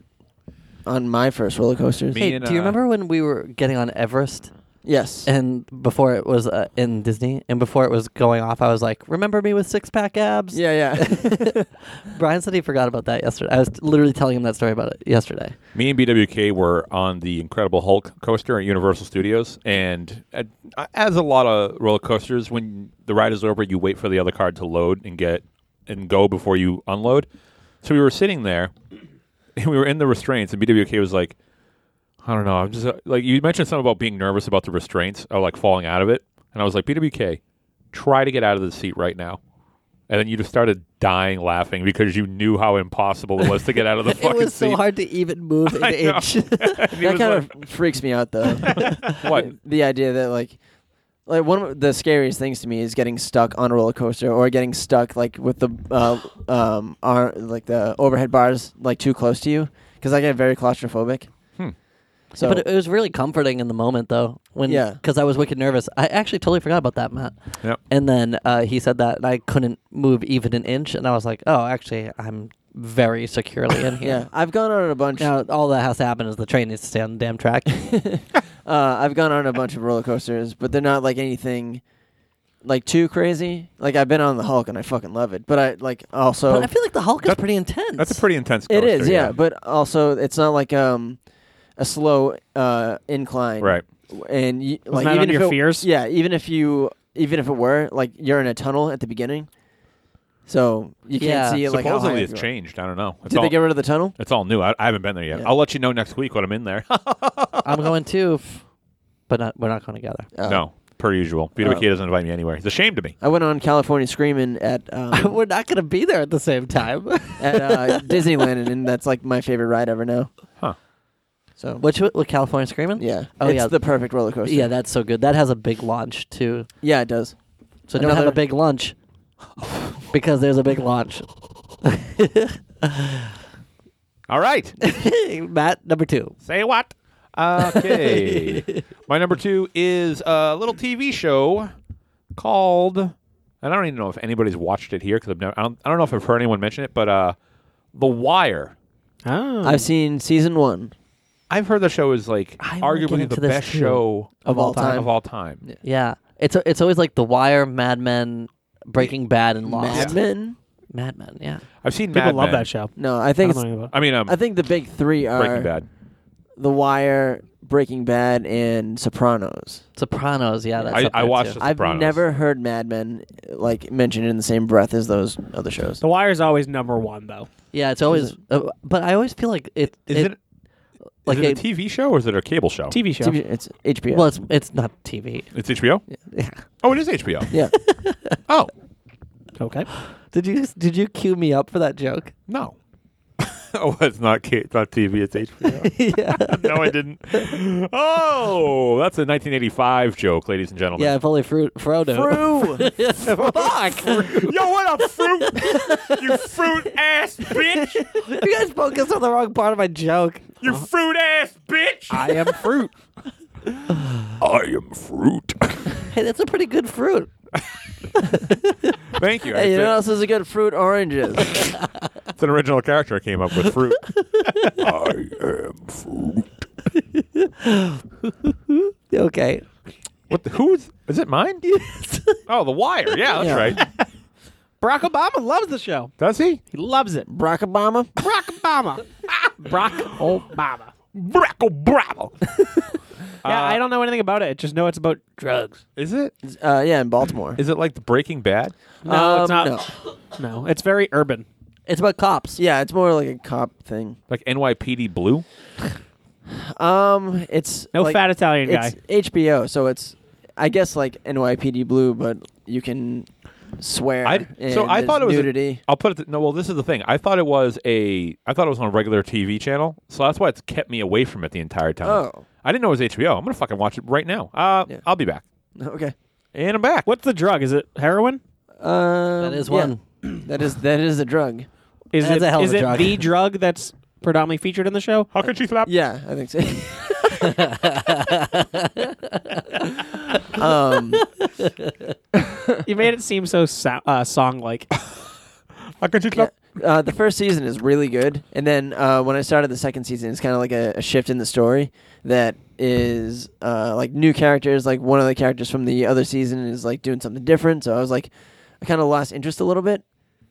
on my first roller coasters.
Me
Hey,
and,
do you
uh,
remember when we were getting on Everest
Yes.
and before it was uh, in Disney and before it was going off? I was like, "Remember me with six pack
(laughs)
abs?"
yeah, yeah.
(laughs) Brian said he forgot about that yesterday. I was literally telling him that story about it yesterday.
Me and BWK were on the Incredible Hulk coaster at Universal Studios, and uh, as a lot of roller coasters, when the ride is over, you wait for the other card to load and get and go before you unload. So we were sitting there, (laughs) and we were in the restraints, and BWK was like, "I don't know, I'm just uh, like you mentioned something about being nervous about the restraints or like falling out of it," and I was like, "BWK, try to get out of the seat right now." And then you just started dying laughing because you knew how impossible it was to get out of the
(laughs) It
fucking
was so
seat.
hard to even move an
I know. (laughs)
inch.
And he
(laughs) that
was
kind
like-
of (laughs) freaks me out though.
(laughs) What?
(laughs) the idea that like like one of the scariest things to me is getting stuck on a roller coaster or getting stuck like with the uh, um ar- like the overhead bars like too close to you because I get very claustrophobic.
Hmm.
So
but it, it was really comforting in the moment, though. When
Yeah.
because I was wicked nervous. I actually totally forgot about that, Matt.
Yep.
And then uh, he said that, and I couldn't move even an inch, and I was like, "Oh, actually, I'm very securely (laughs) in
yeah,
here."
I've gone on a bunch.
Now all that has to happen is the train needs to stay on the damn (laughs) track.
Uh, I've gone on a bunch of roller coasters, but they're not like anything like too crazy. Like I've been on the Hulk and I fucking love it, but I like also
But I feel like the Hulk is
That-
pretty intense.
That's a pretty intense.
it
Coaster,
is yeah, but also it's not like um a slow uh incline
right.
and you, like
that
even
on
if
your
it-
fears?
yeah even if you even if it were like you're in a tunnel at the beginning so you
Yeah.
can't see it like how high
Supposedly it's
you are.
changed. I don't know. It's
did
all,
they get rid of the tunnel
it's all new. I, I haven't been there yet.
Yeah.
I'll let you know next week when I'm in
(laughs)
there.
I'm
(laughs)
going too, f- but not, we're not going (laughs) together.
Uh,
no, per usual. Peter
Oh.
McKay doesn't invite me anywhere. It's a shame to me.
I went on California Screaming
(laughs)
at um,
we're not going to be there at the same (laughs) time.
at uh, Disneyland and that's like my favorite ride ever now
Huh.
so
Which one- with California Screaming?
yeah
Oh,
it's
yeah.
the perfect roller coaster
Yeah, that's so good. That has a big launch too.
yeah it does
So don't have a
Another-
big (laughs) lunch because there's a big launch.
All right.
(laughs)
Matt number two.
Say what? Okay. (laughs) My number two is a little TV show called, and I don't even know if anybody's watched it here because I've never, I don't, I don't know if I've heard anyone mention it, but uh, The Wire.
Oh.
I've seen season one
I've heard the show is like
I wanna get
arguably
into
the
this
best
too.
show
of all time.
of all time. Yeah.
Yeah, it's it's always like The Wire, Mad Men, Breaking Bad, and Lost.
Mad Men?
Mad Men, yeah.
I've seen
People
Mad
love
Men.
that show.
No, I
I
think
don't know
it's,
about-
I mean, um,
I think uh, the big three are
Breaking Bad.
The Wire, Breaking Bad, and Sopranos.
Sopranos, yeah. That's
I-
up
I
there,
watched
too.
The Sopranos.
I've never heard Mad Men like mentioned in the same breath as those other shows.
The Wire's always number one, though.
Yeah, it's always. Uh, but I always feel like it.
Is it,
it,
is
like
it
it-
a TV show or is it a cable show?
TV show.
TV It's HBO. (laughs)
Well, it's it's not TV.
It's HBO.
Yeah.
Oh, it is HBO.
(laughs)
yeah.
Oh
(laughs) Okay.
Did you did you cue me up for
(laughs)
that joke?
no. oh, it's not ca- it's not TV. It's HBO.
(laughs) yeah.
(laughs) no, I
(laughs)
didn't. Oh, that's a 1985 joke, ladies and gentlemen.
Yeah, if only Fro- Frodo. (laughs)
(laughs)
(laughs) Yo, what up, fruit?
(laughs)
you fruit ass bitch.
you guys focused on the wrong part of my joke.
You fruit ass bitch. I
am fruit.
am fruit.
Hey, that's a pretty good fruit.
Thank you.
Hey, you
it's,
know what
a-
else is a good fruit? Oranges.
it's an original character I came up with.
(laughs)
Fruit. I am fruit.
Okay.
What? The, who's? Is it mine? (laughs) Oh, the wire. Yeah, that's
Yeah. (laughs)
right.
Barack Obama loves the show.
Does he?
He loves it.
Barack Obama.
Barack Obama. (laughs) Barack Obama.
Bracko bravo.
Yeah, I don't know anything about it. Just know it's about drugs.
Is it?
Uh, yeah, in Baltimore.
(laughs) Is it like the Breaking Bad?
No, it's
Um,
not. No. it's very urban.
It's about cops.
Yeah, it's more like a cop thing.
Like NYPD Blue?
Um, it's
No
like,
fat Italian guy.
It's HBO, so it's I guess like NYPD Blue, but you can swear.
I
and
so I
there's
thought it was
nudity.
A, I'll put it. th- no, well, this is the thing. I thought it was a. I thought it was on a regular TV channel, so that's why it's kept me away from it the entire time.
Oh.
I didn't know it was HBO. I'm gonna fucking watch it right now. Uh,
Yeah.
I'll be back,
okay.
and I'm back.
What's the drug? Is it heroin?
Um,
That is
yeah.
one. (laughs)
That is that is a drug.
Is
That's
it,
a hell of
is
a
it
drug. (laughs)
the drug that's predominantly featured in the show?
How could she slap?
Yeah, I
(laughs)
think so.
(laughs)
um,
you made it seem so so- uh, song like.
How could she slap?
uh, the first season is really good, and then uh, when I started the second season, it's kind of like a, a shift in the story that is uh, like new characters. Like one of the characters from the other season is like doing something different. So I was like, I kind of lost interest a little bit,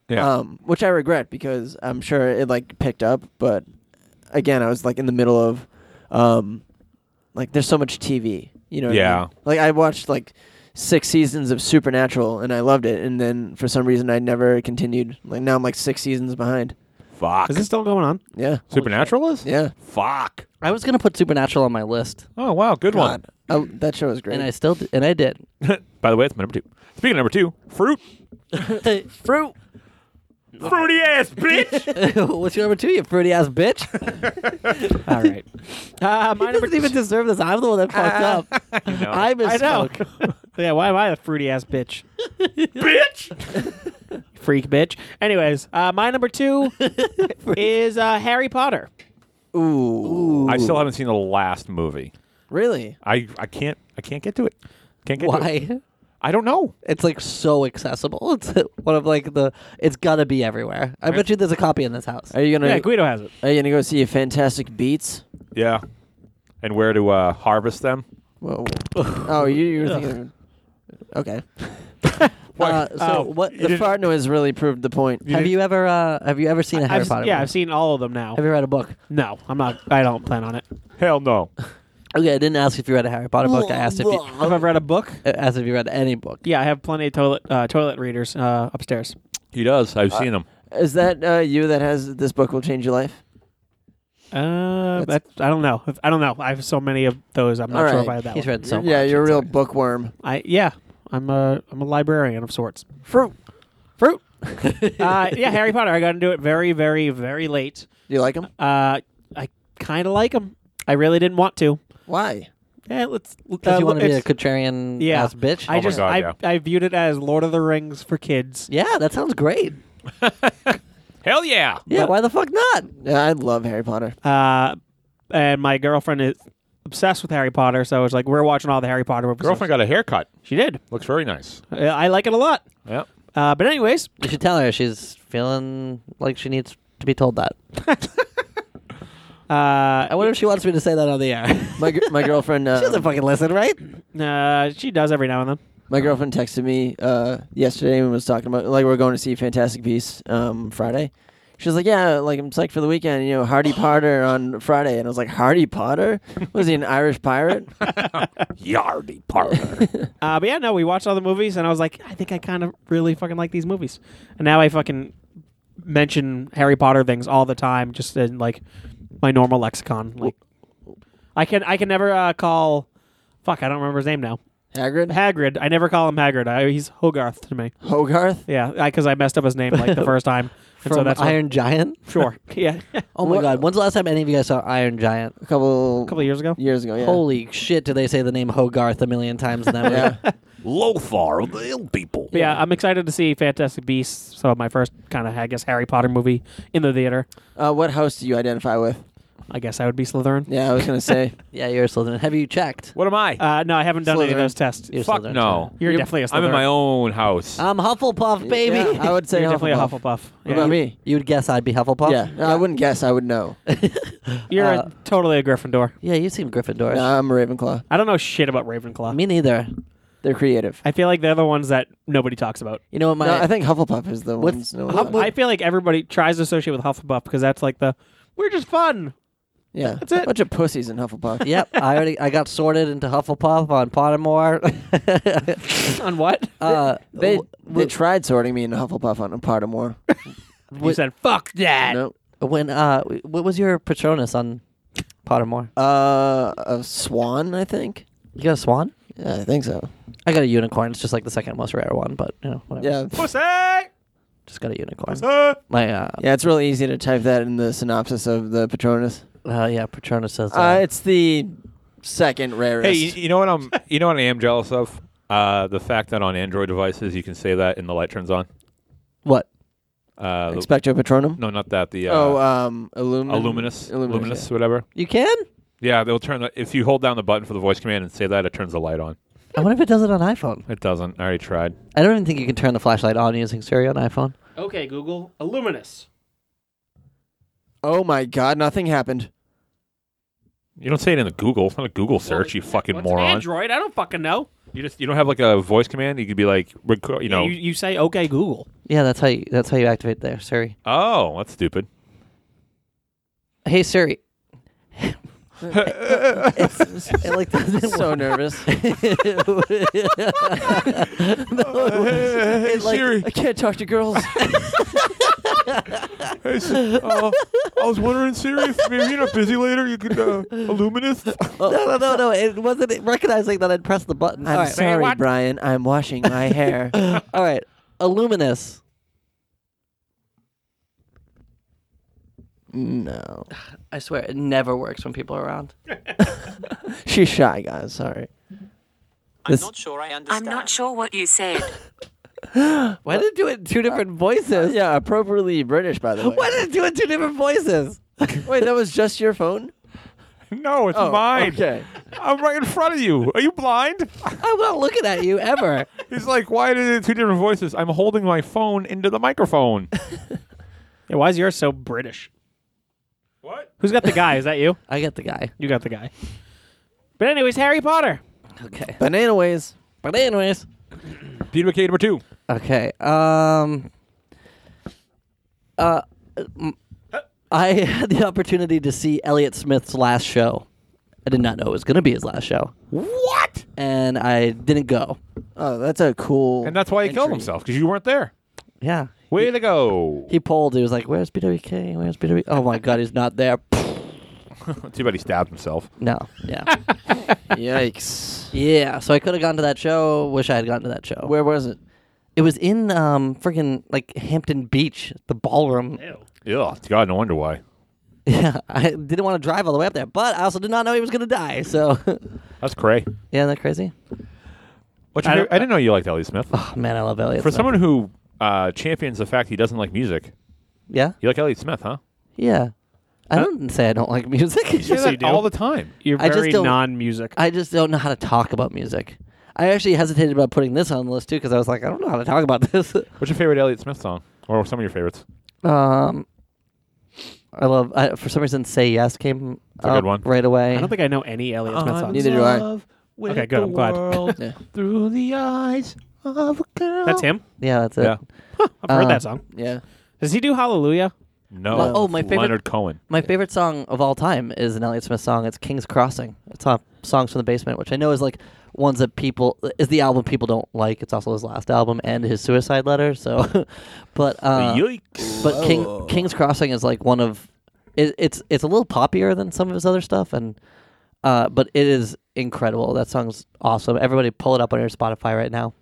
Yeah.
um, which I regret because I'm sure it like picked up, but again, I was like in the middle of, um, like there's so much TV, you know? what I
Yeah.
mean? Like I watched like six seasons of Supernatural and I loved it, and then for some reason I never continued. Like now I'm like six seasons behind.
Fuck.
Is it still going on?
Yeah,
Supernatural is?
yeah.
Fuck.
I was gonna put Supernatural on my list,
Oh wow, good
God, I, that show was great.
and I still d- and I did.
one. (laughs) By the way, it's my number two. Speaking of number two, fruit.
(laughs) Fruit.
Fruity ass bitch. (laughs)
(laughs) What's your number two? You fruity ass bitch. (laughs)
(laughs) All right. Uh, my
I
number
doesn't even deserve this. I'm the one that (laughs) fucked up. I
know.
misspoke.
(laughs) yeah, why am I a fruity ass bitch? bitch! Freak bitch. Anyways, uh, my
(laughs)
number two is uh, Harry Potter.
Ooh,
I still haven't seen the last movie.
really?
I, I can't I can't get to it. Can't get to it.
Why?
I don't know.
It's like so accessible. (laughs) It's one of like the. It's gotta be everywhere. I bet you there's a copy in this house.
Are you gonna
Yeah, Guido has it.
Are you gonna go see a Fantastic Beats?
Yeah. And where to uh, harvest them?
Whoa. oh, you, you were thinking. Okay.
(laughs) Uh, so
Oh,
what?
The fart noise really proved the point.
have you ever uh, have you ever seen a Harry
I've,
Potter?
yeah,
movie?
I've seen all of them now.
Have you read a book?
No, I'm not. I don't plan on it.
Hell no.
Okay, I didn't ask if you read a Harry Potter book. I asked if you
Have I read a book?
asked if you read any book.
Yeah, I have plenty of toilet uh, toilet readers uh, upstairs.
He does. I've seen him.
Is that uh, you that has this book will change your life?
Uh, that I don't know. If- I don't know. I have so many of those. I'm not
All
sure if
right.
I have that
He's
one.
read so much.
yeah, you're a real bookworm.
I yeah. I'm a I'm a librarian of sorts.
Fruit.
(laughs)
Fruit. uh, yeah, Harry Potter. I got into it very very very late.
Do you like him?
Uh, I kind of like him. I really didn't want to.
Why?
Yeah, let's. Uh,
Because you want to be a
it's-
contrarian
yeah.
ass bitch. Oh,
I
Oh my
just
God,
I,
yeah.
I viewed it as Lord of the Rings for kids.
yeah, that sounds great.
Hell yeah.
Yeah, why the fuck not?
Yeah, I love Harry Potter.
Uh, and my girlfriend is obsessed with Harry Potter, so it's like we're watching all the Harry Potter movies.
Girlfriend got a haircut.
She did.
Looks very nice.
I, I like it a lot.
Yep.
Uh, but anyways,
You should tell her she's feeling like she needs to be told
(laughs)
that.
uh,
I wonder if she wants me to say that on the air. (laughs)
My gr- my girlfriend
she doesn't
uh,
fucking listen, right?
uh, she does every now and then.
my girlfriend texted me uh, yesterday and was talking about like we're going to see Fantastic Beasts um, Friday. She was like, "Yeah, like I'm psyched for the weekend." You know, Hardy Potter on Friday, and I was like, "Hardy Potter? Was he an Irish
(laughs)
pirate?"
Yardy (laughs) partner.
Uh, but yeah, no, we watched all the movies, and I was like, I think I kind of really fucking like these movies. And now I fucking mention Harry Potter things all the time, just in like my normal lexicon. Like, I can I can never uh, call. Fuck, I don't remember his name now.
Hagrid,
Hagrid. I never call him Hagrid. I, he's Hogarth to me.
Hogarth.
Yeah, because I, messed up his
(laughs)
name like the first time, and
From
so that's why-
Iron Giant.
(laughs) Sure. yeah,
Oh my
What-
god! When's the last time any of you guys saw Iron Giant?
A couple
a couple of years ago.
years ago. Yeah.
Holy shit! Do they say the name Hogarth a million times in that movie?
yeah.
Lothar, the ill people.
But yeah, I'm excited to see Fantastic Beasts. So my first kind of, I guess, Harry Potter movie in the theater.
(laughs) Uh, what house do you identify with?
I guess I would be Slytherin.
Yeah, I was gonna say.
(laughs) Yeah, you're a Slytherin. Have you checked?
What am I?
Uh, no, I haven't done any of
Slytherin.
those tests.
You're
Fuck
Slytherin.
no.
You're, definitely a Slytherin.
I'm in my own house.
I'm Hufflepuff, baby.
Yeah, I would say
You're definitely a
Hufflepuff.
Hufflepuff.
What about me?
You would guess I'd be Hufflepuff.
Yeah, no, I wouldn't guess. I would know.
You're
Uh,
a, totally a Gryffindor.
(laughs) Yeah, you seem Gryffindor.
Nah, I'm a Ravenclaw.
I don't know shit about Ravenclaw.
Me neither.
They're creative.
I feel like they're the ones that nobody talks about.
You know what my
no, I think Hufflepuff is the
With-
one. No one
Huff-
knows.
I feel like everybody tries to associate with Hufflepuff because that's like the we're just fun. (laughs)
yeah,
that's it.
Bunch of pussies in Hufflepuff.
yep, I already I got sorted into Hufflepuff on Pottermore.
On what?
(laughs) uh,
They
w-
they tried sorting me into Hufflepuff on a Pottermore.
you said fuck that.
no,
when uh, w- what was your Patronus on Pottermore?
uh, a swan, I think.
You got a swan?
Yeah, I think so.
I got a unicorn. It's just like the second most rare one, but you know whatever.
Yeah,
Pussy!
just got a unicorn.
Pussy!
My uh,
yeah. It's really easy to type that in the synopsis of the Patronus.
uh, yeah, Patronus says.
Uh, it's the second rarest.
Hey, you, you know what I'm? You know what I am jealous of? Uh, the fact that on Android devices you can say that and the light turns on.
what?
Uh, the-
Expecto Patronum.
no, not that. The uh,
Oh, um, Illumin-
Illuminous,
Illuminous.
Illuminous, whatever.
You can?
Yeah, they'll turn. The, if you hold down the button for the voice command and say that, it turns the light on.
I wonder if it does it on iPhone.
It doesn't. I already tried.
I don't even think you can turn the flashlight on using Siri on iPhone.
Okay, Google, Illuminous.
yeah. Oh my God, nothing (laughs) happened.
You don't say it in the Google. It's not a Google search. you fucking
What's
moron.
An Android? I don't fucking know.
You just you don't have like a voice command. You could be like, reco- you know,
You, you say okay Google.
Yeah, that's how you that's how you activate there, Siri.
oh, that's stupid.
Hey Siri.
It's-
(laughs) It like doesn't
so (laughs) nervous.
hey,
Like, I can't talk to (laughs) girls.
I was wondering, Siri, if maybe you're not busy later, you could uh, Illuminous.
(laughs) No, no, no, no. It wasn't recognizing that I'd pressed the button.
I'm
All right.
sorry,
what?
Brian. I'm washing (laughs) my hair.
All right. Illuminous.
no,
I swear it never works when people are around.
she's shy, guys. Sorry.
I'm
This-
not sure I
I'm
understand.
not sure what you said.
Why did it do it in two different voices?
Uh, Yeah, appropriately British, by (laughs) the way.
Why did it do it in two different voices?
(laughs) Wait, that was just your phone?
(laughs) no, it's
Oh,
mine.
Okay.
I'm right in front of you. Are you blind?
I'm not looking at you ever.
He's like, why did it two different voices? I'm holding my phone into the microphone.
Yeah, why is yours so British?
what?
Who's got the guy? Is that you?
I get the guy.
You got the guy. But anyways, Harry Potter.
Okay.
Banana ways.
But anyways.
Peter McKay number two.
Okay. Um. Uh, m- I had the opportunity to see Elliot Smith's last show. I did not know it was going to be his last show,
What?
and I didn't go.
Oh, that's a (laughs) cool.
And that's why he killed
entry.
himself because you weren't there.
Yeah.
Way to go.
He polled. He was like, "Where's BWK? Where's BWK? Oh my God, he's not there."
Too bad he stabbed himself.
No.
(laughs)
Yeah.
Yikes.
yeah. So I could have gone to that show. Wish I had gotten to that show.
Where was it?
It was in um freaking like Hampton Beach, the ballroom.
Yeah. God, no wonder why.
(laughs) Yeah, I didn't want to drive all the way up there, but I also did not know he was gonna die. So, (laughs)
That's cray.
yeah, isn't that crazy?
What's your
I
I,
don't-
I didn't know you liked Ellie Smith.
Oh man, I love Elliot.
For
Smith.
someone who uh, champions the fact he doesn't like music,
yeah,
you like Elliot Smith, huh?
yeah. I don't say I don't like music. (laughs)
I say
Yes,
that
you do.
all the time.
You're
I just
very
don't-
non-music.
I just don't know how to talk about music. I actually hesitated about putting this on the list too because I was like, I don't know how to talk about (laughs) this.
What's your favorite Elliott Smith song, or some of your favorites?
Um, I love. I, for some reason, "Say Yes" came
a
up
good one.
right away.
I don't think I know any Elliot Smith songs.
Neither do I.
Okay, good, I'm
(laughs)
glad.
Yeah.
through the eyes of a girl.
That's him.
yeah, that's it.
Yeah.
I've heard
Uh,
that song.
Yeah.
Does he do Hallelujah?
No.
Well, oh, my
it's
favorite-
Leonard Cohen.
My favorite song of all time is an Elliott Smith song. It's King's Crossing. It's on Songs from the Basement, which I know is like ones that people is the album people don't like. It's also his last album and his suicide letter. So, (laughs) but uh,
Yikes.
but King King's Crossing is like one of it, it's it's a little poppier than some of his other stuff, and uh, but it is incredible. That song's awesome. Everybody, pull it up on your Spotify right now.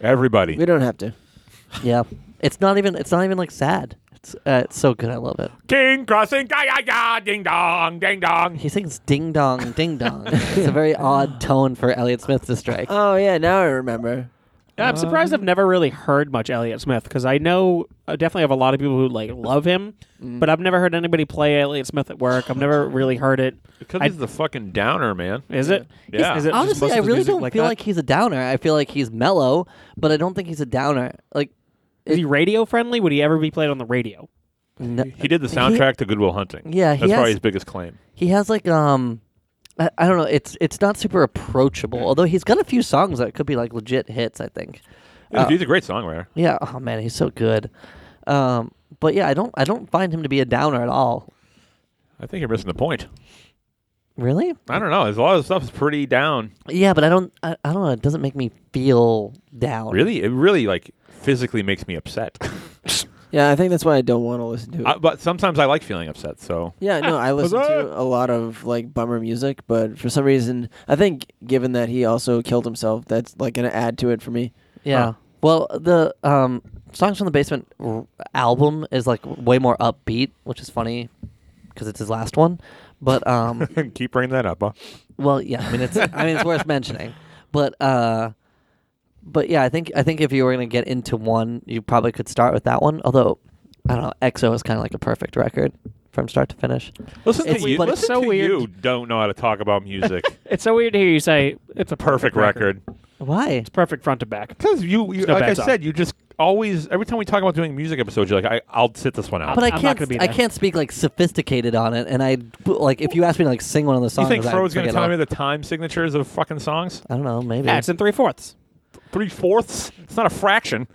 Everybody.
We don't have to.
Yeah, it's not even it's not even like sad. It's uh, it's so good. I love it.
King crossing. Ya ya ya. Ding dong. Ding dong.
He sings "Ding Dong, Ding Dong." it's a (laughs) very odd tone for Elliott Smith to strike.
Oh yeah, now I remember.
I'm surprised
Uh,
I've never really heard much Elliot Smith because I know I definitely have a lot of people who like love him,
Mm.
but I've never heard anybody play Elliot Smith at work. I've never really heard it.
Because
I-
he's the fucking downer, man.
Is it?
Yeah.
Is it just
Honestly,
most
I
of his
really
music
don't feel
that?
like he's a downer. I feel like he's mellow, but I don't think he's a downer. Like,
Is he radio friendly? Would he ever be played on the radio?
n-
He did the soundtrack to Goodwill Hunting.
Yeah, he
that's probably
has-
his biggest claim.
he has like um I, I don't know it's it's not super approachable although he's got a few songs that could be like legit hits i think Uh,
he's a great songwriter.
yeah oh man he's so good um but yeah i don't i don't find him to be a downer at all
I think you're missing the point.
really
I don't know. There's a lot of stuff's pretty down.
yeah but i don't i, I don't know it doesn't make me feel down
Really, it really like physically makes me
(laughs)
upset.
Yeah, I think that's why I don't want to listen to it.
I, but sometimes I like feeling upset. So
yeah, no, I listen
Huzzah!
to a lot of like bummer music, but for some reason, I think given that he also killed himself, that's like gonna add to it for me.
yeah
Huh.
well the um songs from the basement r- album is like way more upbeat which is funny because it's his last one but um
(laughs) keep bringing that up. Huh?
Well, yeah, I mean it's I mean it's worth mentioning, but uh, but yeah, I think I think if you were gonna get into one, you probably could start with that one. Although I don't know, EXO is kind of like a perfect record from start to finish.
Listen
It's-
to you.
but
Listen
it's
so
to
weird.
you. Don't know how to talk about
(laughs)
music.
It's so weird to hear you say it's a
Perfect record.
Why?
perfect front to back.
Because you, you
no
like
bad
I
song.
said, you just always every time we talk about doing music episodes, you're like, I, I'll sit this one out.
But I
I'm not
can't
gonna be
I
there.
can't speak like sophisticated on it, and I like if you asked me to like sing one of the
you
songs,
think
I'd
Fro's gonna
forget
tell
all-
me the time signatures of fucking songs?
I don't know, maybe.
Yeah, it's in three fourths,
Three fourths. It's not a fraction.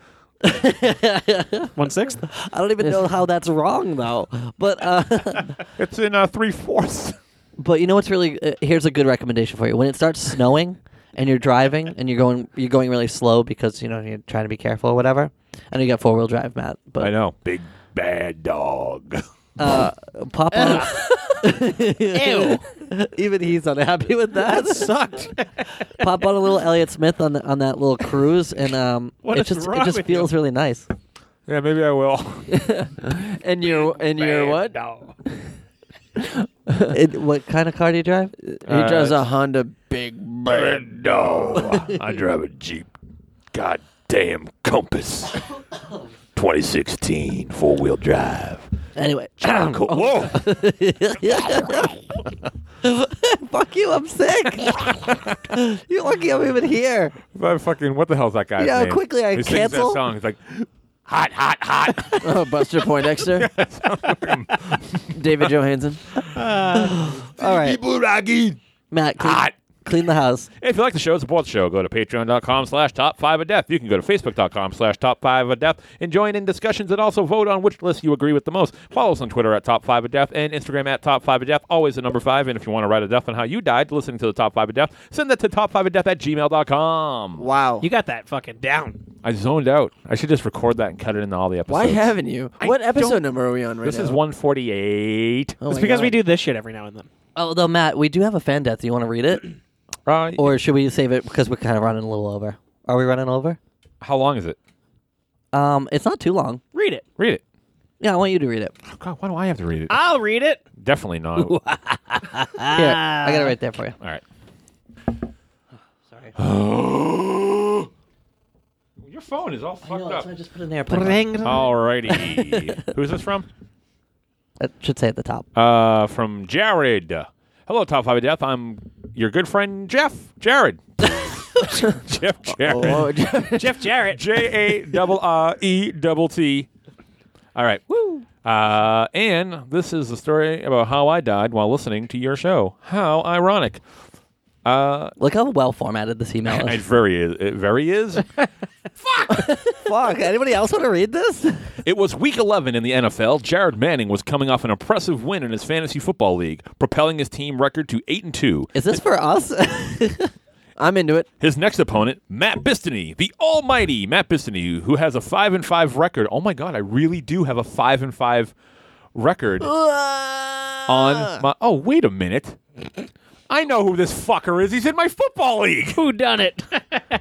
one (laughs) sixth.
I don't even know how that's wrong though. But uh, (laughs)
It's in uh, three fourths.
But you know what's really uh, here's a good recommendation for you. When it starts snowing and you're driving and you're going you're going really slow because you know you're trying to be careful or whatever. I know you got four wheel drive, Matt. But
I know. Big bad dog.
Uh, pop
(laughs)
on. (laughs) Ew. Even he's unhappy with that. That sucked. (laughs) pop on a little Elliott Smith on on that little cruise, and um,
(laughs) What
it
is
just it
wrong
just
with
feels
you? (laughs)
really nice.
(laughs) Yeah, maybe I (laughs) will.
And your and your what?
No.
It, what kind of car do you drive?
he drives
Uh,
a Honda Big Bird.
no, I drive a Jeep. Goddamn Compass. 2016 four wheel drive.
Anyway,
(coughs) Whoa.
fuck you. I'm (laughs) sick. you're lucky I'm even here.
I fucking what the hell's that guy's
Yeah,
name?
quickly, I
He sings that
cancel.
song. He's like, hot, hot,
(laughs)
hot.
Oh,
(laughs)
Buster Poindexter. David Johansen.
All right,
Uh, People rocking.
Matt. Clean,
Hot.
clean the house.
If you like the show, support the show. Go to patreon.com slash top five of death. You can go to facebook.com slash top five of death and join in discussions and also vote on which list you agree with the most. Follow us on Twitter at top five of death and Instagram at top five of death. Always the number five. And if you want to write a death on how you died listening to the top five of death, send that to top five of death at gmail.com.
Wow.
You got that fucking down.
I zoned out. I should just record that and cut it into all the
Why
episodes.
haven't you? What episode
don't-
number are we on right
this
now?
is 148.
Oh
It's
my
because we
God.
do this shit every now and then.
Although Matt, we do have a fan death. Do you want to read it,
Uh,
or should we save it because we're kind of running a little over? Are we running over?
how long is it?
Um, it's not too long.
Read it.
Read it.
Yeah, I want you to read it.
Oh, God, why do I have to read it?
I'll read it.
Definitely (laughs) not.
Here, I got it right there for you.
All (sighs) right. (gasps) Sorry. Your phone is all fucked up.
just put an airplane.
Bring it on.
(laughs) Alrighty. Who's this from?
That should say at the top.
Uh, from Jared. Hello, Top Five of Death. I'm your good friend Jeff. (laughs) Jared. Jeff Jared.
Oh, (laughs)
(laughs)
Jeff Jarrett.
J A double R E double T. All right. Woo. Uh, and this is the story about how I died while listening to your show. How ironic. Uh,
Look how well formatted
(laughs)
this email
it
is.
very is. It very is.
Fuck! Anybody else want to read this?
It was week 11 in the NFL. Jared Manning was coming off an impressive win in his fantasy football league, propelling his team record to 8 and 2.
Is this for us? (laughs)
I'm into it.
His next opponent, Matt Bistany, the almighty Matt Bistany, who has a 5 and 5 record. Oh my god, I really do have a 5 and 5 record on my Oh, wait a minute. I know who this fucker is. He's in my football league.
Who done it? (laughs)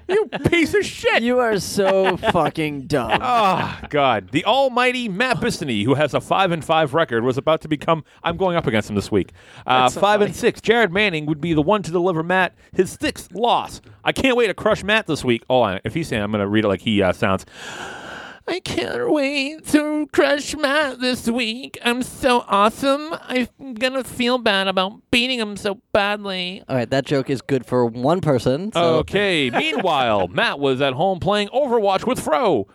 You piece of shit.
You are
(laughs)
so fucking dumb.
Oh God! The almighty Matt Bistany, who has a five and five record, was about to become. I'm going up against him this week. Uh, five and six. Jared Manning would be the one to deliver Matt his sixth loss. I can't wait to crush Matt this week. Oh, I- if he's saying, I'm going to read it like he uh, sounds. I can't wait to crush Matt this week. I'm so awesome. I'm gonna feel bad about beating him so badly.
All right, that joke is good for one person. (laughs)
Oh.
So
Okay. Meanwhile, Matt was at home playing Overwatch with Fro.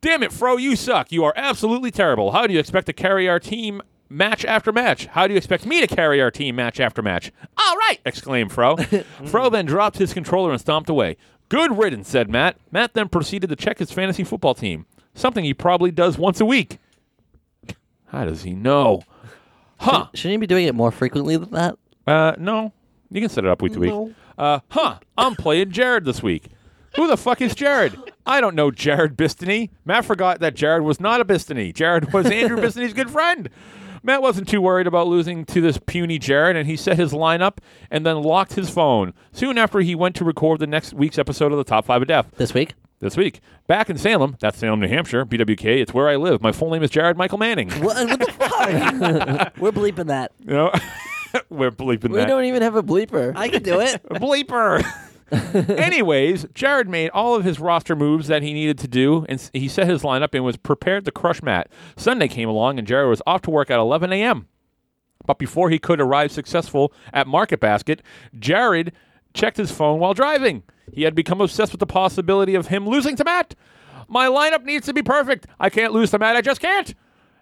Damn it, Fro, you suck. You are absolutely terrible. How do you expect to carry our team match after match? How do you expect me to carry our team match after match? All right, exclaimed Fro. Fro then dropped his controller and stomped away. Good riddance, said Matt. Matt then proceeded to check his fantasy football team, something he probably does once a week. How does he know? Huh.
shouldn't you be doing it more frequently than that?
Uh, no. You can set it up week to week. Uh, huh. I'm playing Jared this week. Who the fuck is Jared? I don't know Jared Bistany. Matt forgot that Jared was not a Bistany. Jared was Andrew Bistany's good friend. Matt wasn't too worried about losing to this puny Jared, and he set his lineup and then locked his phone. Soon after, he went to record the next week's episode of the Top 5 of Death
This week?
this week. Back in Salem, that's Salem, New Hampshire, BWK, it's where I live. My full name is Jared Michael Manning.
What, what the fuck? (laughs) We're bleeping that.
(laughs) You know? (laughs) We're bleeping
We
that.
don't even have a bleeper.
I can do it.
bleeper. (laughs) Anyways, Jared made all of his roster moves that he needed to do, and s- he set his lineup and was prepared to crush Matt. Sunday came along, and Jared was off to work at 11 a.m. But before he could arrive successful at Market Basket, Jared checked his phone while driving. He had become obsessed with the possibility of him losing to Matt. My lineup needs to be perfect. I can't lose to Matt. I just can't.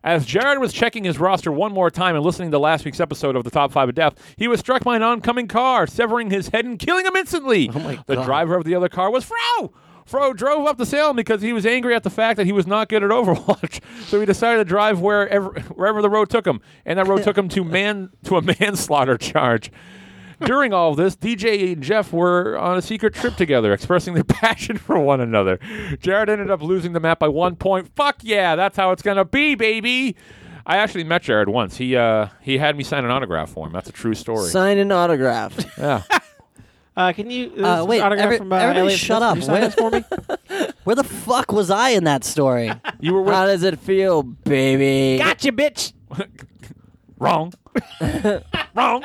As Jared was checking his roster one more time and listening to last week's episode of the Top 5 of Death, he was struck by an oncoming car, severing his head and killing him instantly. Oh
my
the
God.
driver of the other car was Fro. Fro drove up to Salem because he was angry at the fact that he was not good at Overwatch, (laughs) so he decided to drive wherever wherever the road took him, and that road took him to man to a manslaughter charge. During all of this, DJ and Jeff were on a secret trip together, expressing their (laughs) passion for one another. Jared ended up losing the map by one point. Fuck yeah, that's how it's gonna be, baby. I actually met Jared once. He uh, he had me sign an autograph for him. That's a true story.
Sign an autograph.
yeah.
Uh, can you? this
Uh,
is
wait,
Autograph
every-
from, uh,
everybody
Elliot
shut
Smith.
up.
Can you sign
Wait.
this for me?
(laughs) Where the fuck was I in that (laughs) story?
You were with
How does it feel, baby?
Gotcha, bitch.
Wrong. Wrong.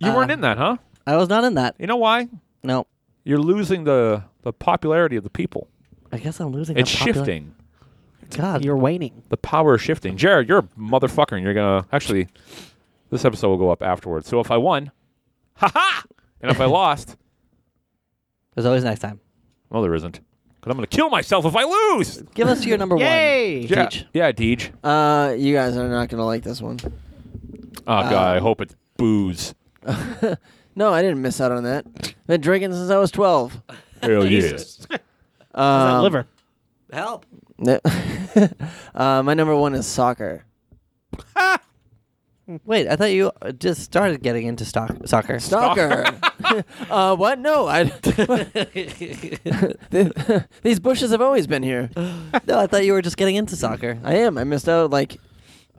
You weren't in that, huh?
I was not in that.
You know why?
No.
You're losing the the popularity of the people.
I guess I'm losing.
It's
that popular-
shifting.
God.
You're waning.
The power is shifting. Jared, you're a motherfucker, and you're gonna actually. This episode will go up afterwards. So if I won, (laughs) ha ha, and if I lost,
There's always next time.
well, there isn't, because I'm gonna kill myself if I lose.
Give us your number
Yay!
one.
Yeah,
Teach.
yeah, Oh, Deej.
Uh, you guys are not gonna like this one.
Oh god, I hope it's booze.
No, I didn't miss out on that. been drinking since I was twelve.
Hell yes.
Jesus. How's that uh, liver.
Help.
No- (laughs) uh, my number one is soccer.
Wait, I thought you uh, just started getting into stock- (laughs) soccer.
Soccer. (laughs) uh, what? No, I. (laughs) These bushes have always been here.
No, I thought you were just getting into soccer.
I am. I missed out. Like,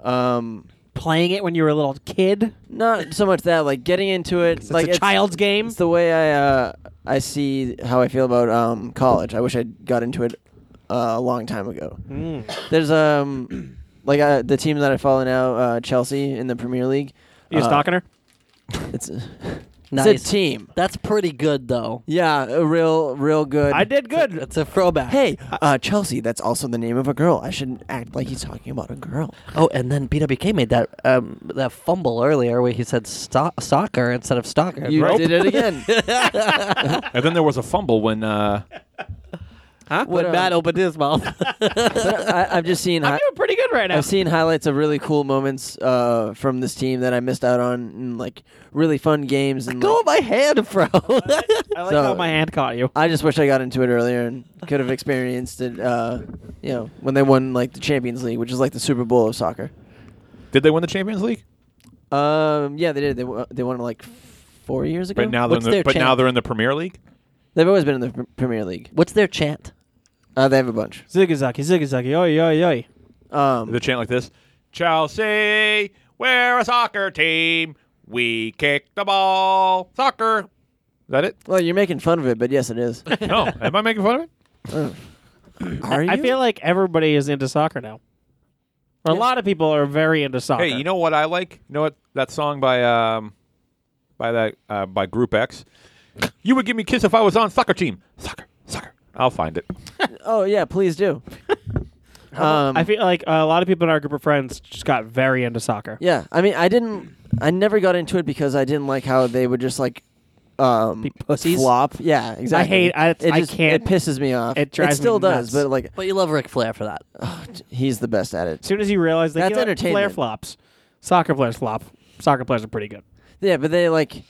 um,
Playing it when you were a little kid.
not so much that. Like getting into it. like
it's a child's game.
It's the way I uh, I see how I feel about um, college. I wish I got into it uh, a long time ago.
Hmm.
There's um like uh, the team that I follow now, uh, Chelsea in the Premier League.
you
uh,
stalking her?
It's
Nice.
It's a team.
That's pretty good, though.
Yeah, a real, real good.
I did good.
It's a throwback.
Hey, uh, Chelsea. That's also the name of a girl. I shouldn't act like he's talking about a girl.
Oh, and then BWK made that um, that fumble earlier where he said sto- soccer instead of stalker.
You
Right.
did it again.
And then there was a fumble when uh,
huh?
(laughs) When
But, uh,
Matt opened his mouth.
(laughs) but I, I've just seen. hi-
You're pretty good right now.
I've seen highlights of really cool moments uh, from this team that I missed out on, and like really fun games. (laughs) And
Go
like,
on my hand, bro.
(laughs) I
(laughs)
like
so-
how my hand caught you.
I just wish I got into it earlier and could have experienced it. Uh, you know, when they won like the Champions League, which is like the Super Bowl of soccer.
did they win the Champions League?
Um, yeah, they did. They w- they won it like four years ago.
But now they're in
What's
the,
their
but now
champ?
they're in the Premier League.
they've always been in the pr- Premier League.
What's their chant?
Uh, they have a bunch.
Zigazaki, zigazaki, oi, oi, oi.
Um,
They chant like this: Chelsea, we're a soccer team. We kick the ball, soccer. Is that it?
well, you're making fun of it, but yes, it
(laughs)
is.
(laughs) No, am I making fun of it?
Are you?
I feel like everybody is into soccer now. Or A lot of people are very into soccer.
Hey, you know what I like? You know what that song by um by that uh, by Group X? You would give me a kiss if I was on soccer team. Soccer, soccer. I'll find it.
Oh yeah, please
(laughs)
do. um,
I feel like a lot of people in our group of friends just got very into soccer.
Yeah, I mean, I didn't. I never got into it because I didn't like how they would just like um
Be pussies?
flop. Yeah, exactly.
hate- I-
it
I
just,
can't-
It pisses me off.
it drives
It still
me
does,
nuts.
but like (sighs) oh,
But you love Ric Flair for that.
he's the best at it.
As soon as you realize like,
That's
you know what?
entertainment.
Flair flops, soccer players flop. Soccer players are pretty good.
Yeah, but they like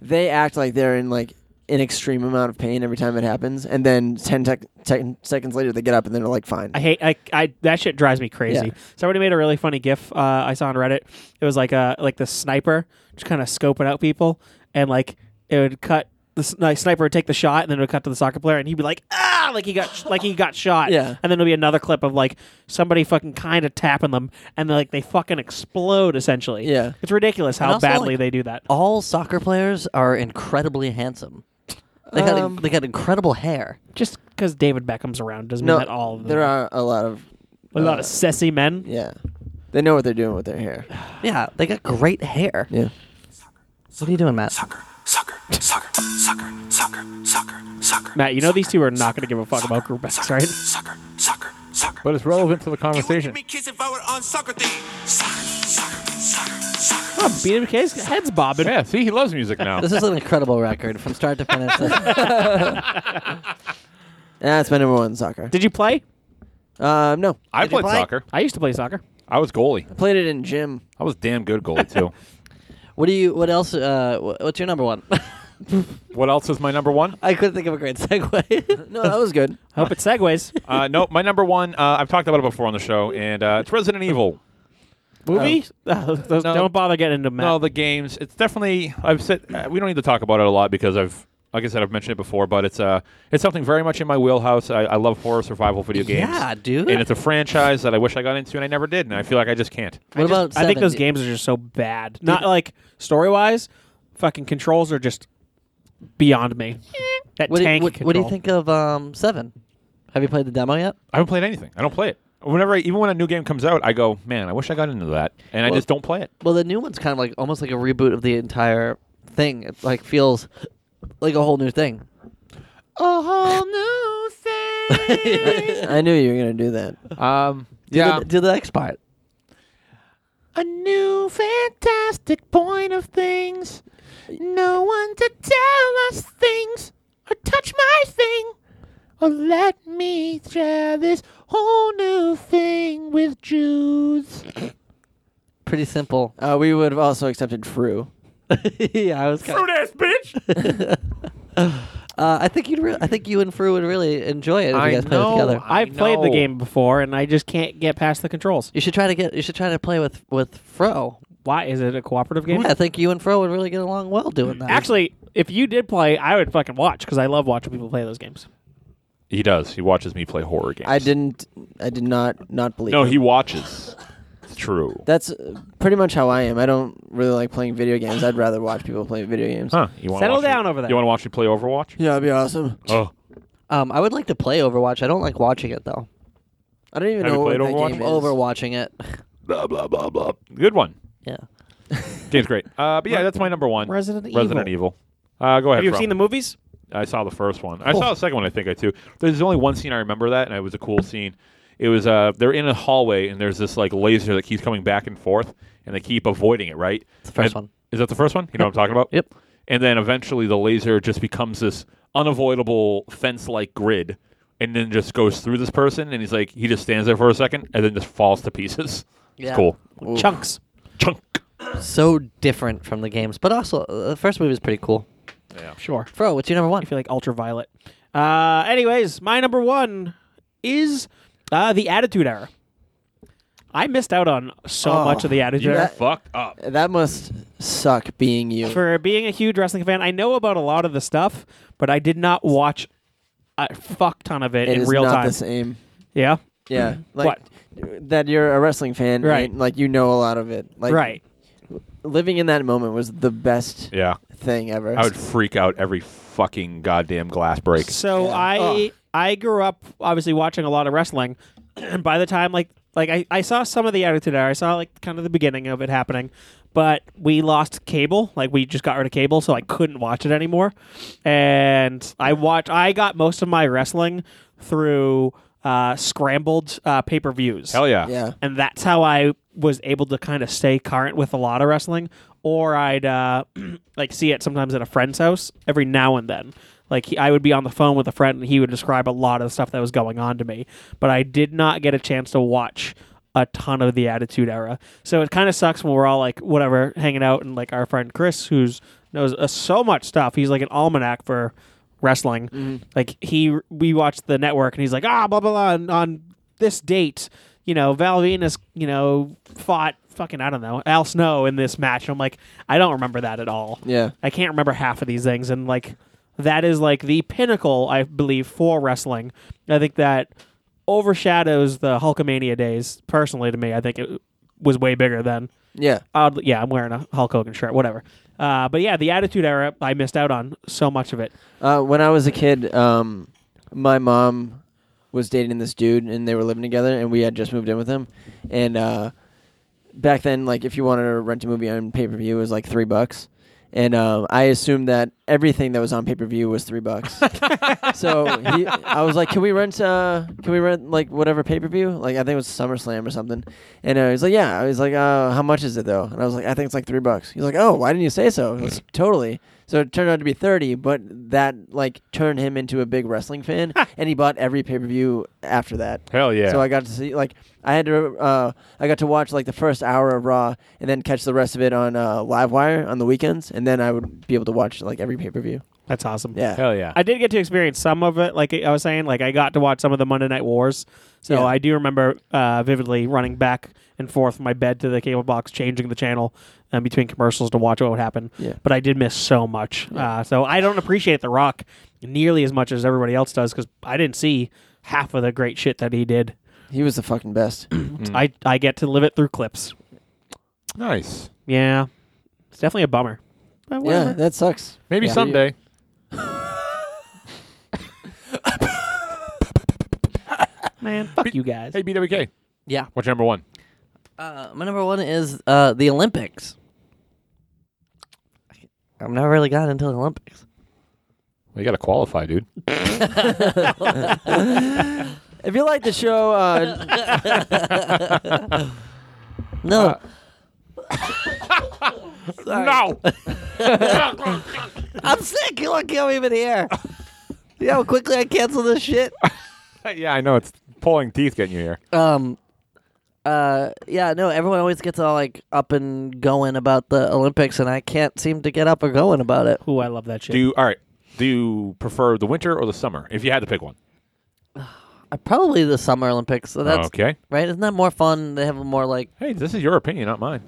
they act like they're in like an extreme amount of pain every time it happens, and then 10, tec- 10 seconds later they get up and they're like fine.
I hate I, I that shit drives me crazy.
Yeah.
Somebody made a really funny GIF uh, I saw on Reddit. It was like uh like the sniper just kind of scoping out people, and like it would cut the s- like, sniper would take the shot, and then it would cut to the soccer player, and he'd be like ah like he got like he got shot.
Yeah.
and then there'll be another clip of like somebody fucking kind of tapping them, and like they fucking explode essentially.
Yeah.
it's ridiculous how
And also,
badly
like,
they do that.
All soccer players are incredibly handsome. They got,
Um,
they got incredible hair.
Just because David Beckham's around doesn't
no,
mean that all of them.
there are a lot of
a lot
uh,
of sassy men.
yeah. They know what they're doing with their hair.
Yeah, they got great hair.
(laughs)
Yeah.
What are you doing, Matt?
Matt, you know these two are not going to give a fuck about group X, right?
But it's relevant to the conversation.
Oh, BWK's head's bobbing.
Yeah, see, he loves music now.
This is an incredible record from start to finish. (laughs)
That's my number one soccer.
Did you play?
Um, no,
I played
play?
soccer.
I used to play soccer.
I was goalie.
I played it in gym.
I was damn good goalie too.
what do you? What else? Uh, wh- what's your number one? (laughs)
what else is my number one?
I couldn't think of a great (laughs) segue.
Oh,
No, that was good.
I hope it segues. (laughs)
Uh, no, my number one. Uh, I've talked about it before on the show, and uh, it's Resident Evil.
Movie? (laughs) Uh, Those-
Oh. No.
Don't bother getting into Matt.
No, the games. It's definitely. I've said uh, we don't need to talk about it a lot because I've, like I said, I've mentioned it before. But it's uh, it's something very much in my wheelhouse. I, I love horror survival video games.
Yeah, dude.
And it's a franchise that I wish I got into, and I never did, and I feel like I just can't.
what about?
I think
seven?
those
Do-
games are just so bad. Not like story wise, fucking controls are just beyond me.
Eh.
That
What do, you,
tank
what, what do you
control.
think of um, Seven? Have you played the demo yet?
I haven't played anything. I don't play it. Whenever, I, even when a new game comes out, I go, man, I wish I got into that, and I just don't play it.
Well, the new one's kind of like almost like a reboot of the entire thing. It like feels like a whole new thing.
A whole new thing.
I knew you were gonna do
(laughs)
that.
um, yeah.
Do the, do the next part.
A new fantastic point of things. No one to tell us things or touch my thing. Or let me share this whole new thing with Jews.
Pretty simple.
Uh, we would have also accepted Fru.
(laughs) yeah, I was. Kind of,
ass bitch!
(laughs) uh, I think you'd. Re- I think you and Fru would really enjoy it if
I
you guys played
know.
it together.
I
I've played the
know.
game before and I just can't get past the controls.
You should try to get. You should try to play with with Fro.
Why? Is it a cooperative game?
I think you and Fro would really get along well doing that.
Actually, if you did play, I would fucking watch because I love watching people play those games.
He does. He watches me play horror games.
I didn't. I did not not believe.
No,
him.
he watches. It's true.
That's uh, pretty much how I am. I don't really like playing video games. I'd rather watch people play video games.
Huh? You wanna
Settle
watch me-
down over there.
You want to watch me play Overwatch?
Yeah, that'd be awesome.
Oh,
um, I would like to play Overwatch. I don't like watching it though.
I don't even
Have you
know what
played
that
Overwatch?
game is.
Overwatching it.
blah blah blah blah. Good one.
(sighs) yeah.
Game's great. Uh, but yeah, that's my number one.
Resident
Resident Evil. Uh, go ahead.
Have you
Rob.
seen the movies? Oh.
I saw the first one. I saw the second one. I think I too. There's only one scene I remember that, and it was a cool scene. It was uh, they're in a hallway, and there's this like laser that keeps coming back and forth, and they keep avoiding it. Right. It's
the first one.
Is that the first one? You know what I'm talking about?
Yep.
And then eventually the laser just becomes this unavoidable fence-like grid, and then just goes through this person, and he's like, he just stands there for a second, and then just falls to pieces. (laughs)
Yeah.
It's cool.
Chunks.
Chunk.
So different from the games, but also uh, the first movie was pretty cool.
Sure.
Fro, what's your number one?
I feel like ultraviolet. Uh, anyways, my number one is uh, the Attitude Era. I missed out on so
Oh,
much of the Attitude
You
Era.
fucked up.
That must suck being you.
For being a huge wrestling fan, I know about a lot of the stuff, but I did not watch a fuck ton of it,
It
in
is
real
not
time.
the same.
Yeah,
Yeah,
Mm-hmm.
like that you're a wrestling fan,
Right.
and, Like you know a lot of it. Like
right.
living in that moment was the best
Yeah.
thing ever.
I would freak out every fucking goddamn glass break.
So
Yeah.
I I grew up obviously watching a lot of wrestling, (clears throat) and by the time like like I, I saw some of the Attitude Era, I saw like kind of the beginning of it happening, but we lost cable, like we just got rid of cable, so I couldn't watch it anymore, and I watch I got most of my wrestling through uh, scrambled uh, pay per views.
Hell yeah.
yeah,
and that's how I was able to kind of stay current with a lot of wrestling. Or I'd uh, (clears throat) like see it sometimes at a friend's house every now and then. Like he, I would be on the phone with a friend, and he would describe a lot of the stuff that was going on to me. But I did not get a chance to watch a ton of the Attitude Era, so it kind of sucks when we're all like whatever hanging out, and like our friend Chris, who's knows uh, so much stuff. He's like an almanac for wrestling. Like he, we watched the network, and he's like, ah, blah blah blah, on, on this date, you know, Val Venus, you know, fought fucking I don't know Al Snow in this match. I'm like, I don't remember that at all.
yeah.
I can't remember half of these things, and like that is like the pinnacle, I believe, for wrestling. I think that overshadows the Hulkamania days. Personally, to me, I think it was way bigger then.
Yeah,
Oddly, yeah, I'm wearing a Hulk Hogan shirt, whatever. Uh, but yeah, the Attitude Era, I missed out on so much of it.
Uh, when I was a kid, um, my mom was dating this dude, and they were living together, and we had just moved in with him. And uh, back then, like if you wanted to rent a movie on pay per view, it was like three bucks. And um, I assumed that everything that was on pay per view was three bucks. so he, I was like, "Can we rent? Uh, can we rent like whatever pay per view? Like I think it was SummerSlam or something." And uh, he's like, "Yeah." I was like, uh, "How much is it though?" And I was like, "I think it's like three bucks." He's like, "Oh, why didn't you say so?" I
(laughs)
was, totally. So it turned out to be thirty, but that like turned him into a big
(laughs)
wrestling fan, and he bought every pay per view after that.
Hell yeah.
So I got to see like I had to uh, I got to watch like the first hour of Raw and then catch the rest of it on uh, Livewire on the weekends, and then I would be able to watch like every pay per view.
That's awesome.
Yeah.
Hell yeah.
I did get to experience some of it. Like I was saying, like I got to watch some of the Monday Night Wars. So
Yeah.
I do remember uh, vividly running back and forth from my bed to the cable box, changing the channel um, between commercials to watch what would happen.
Yeah.
But I did miss so much. Uh, so I don't appreciate The Rock nearly as much as everybody else does because I didn't see half of the great shit that he did.
He was the fucking best.
Mm.
I, I get to live it through clips.
nice.
Yeah. It's definitely a bummer. But
yeah,
whatever.
that sucks.
Maybe
Yeah.
someday.
Man, fuck you guys.
Hey, BWK.
Yeah.
What's your number one?
Uh, my number one is uh, the Olympics. I've never really gotten into the Olympics.
Well, you got to qualify, dude.
If you like the show, uh,
No,
No. (laughs)
I'm sick. You won't kill me even (laughs) here. you know how quickly I cancel this shit?
yeah, I know. It's pulling teeth getting you here.
Um, uh, yeah, no, everyone always gets all like up and going about the Olympics, and I can't seem to get up or going about it.
Ooh, I love that shit.
Do you, all right. Do you prefer the winter or the summer? If you had to pick one.
Uh, probably the Summer Olympics. So that's
okay.
right. Isn't that more fun? They have more like
Hey, this is your opinion, not mine.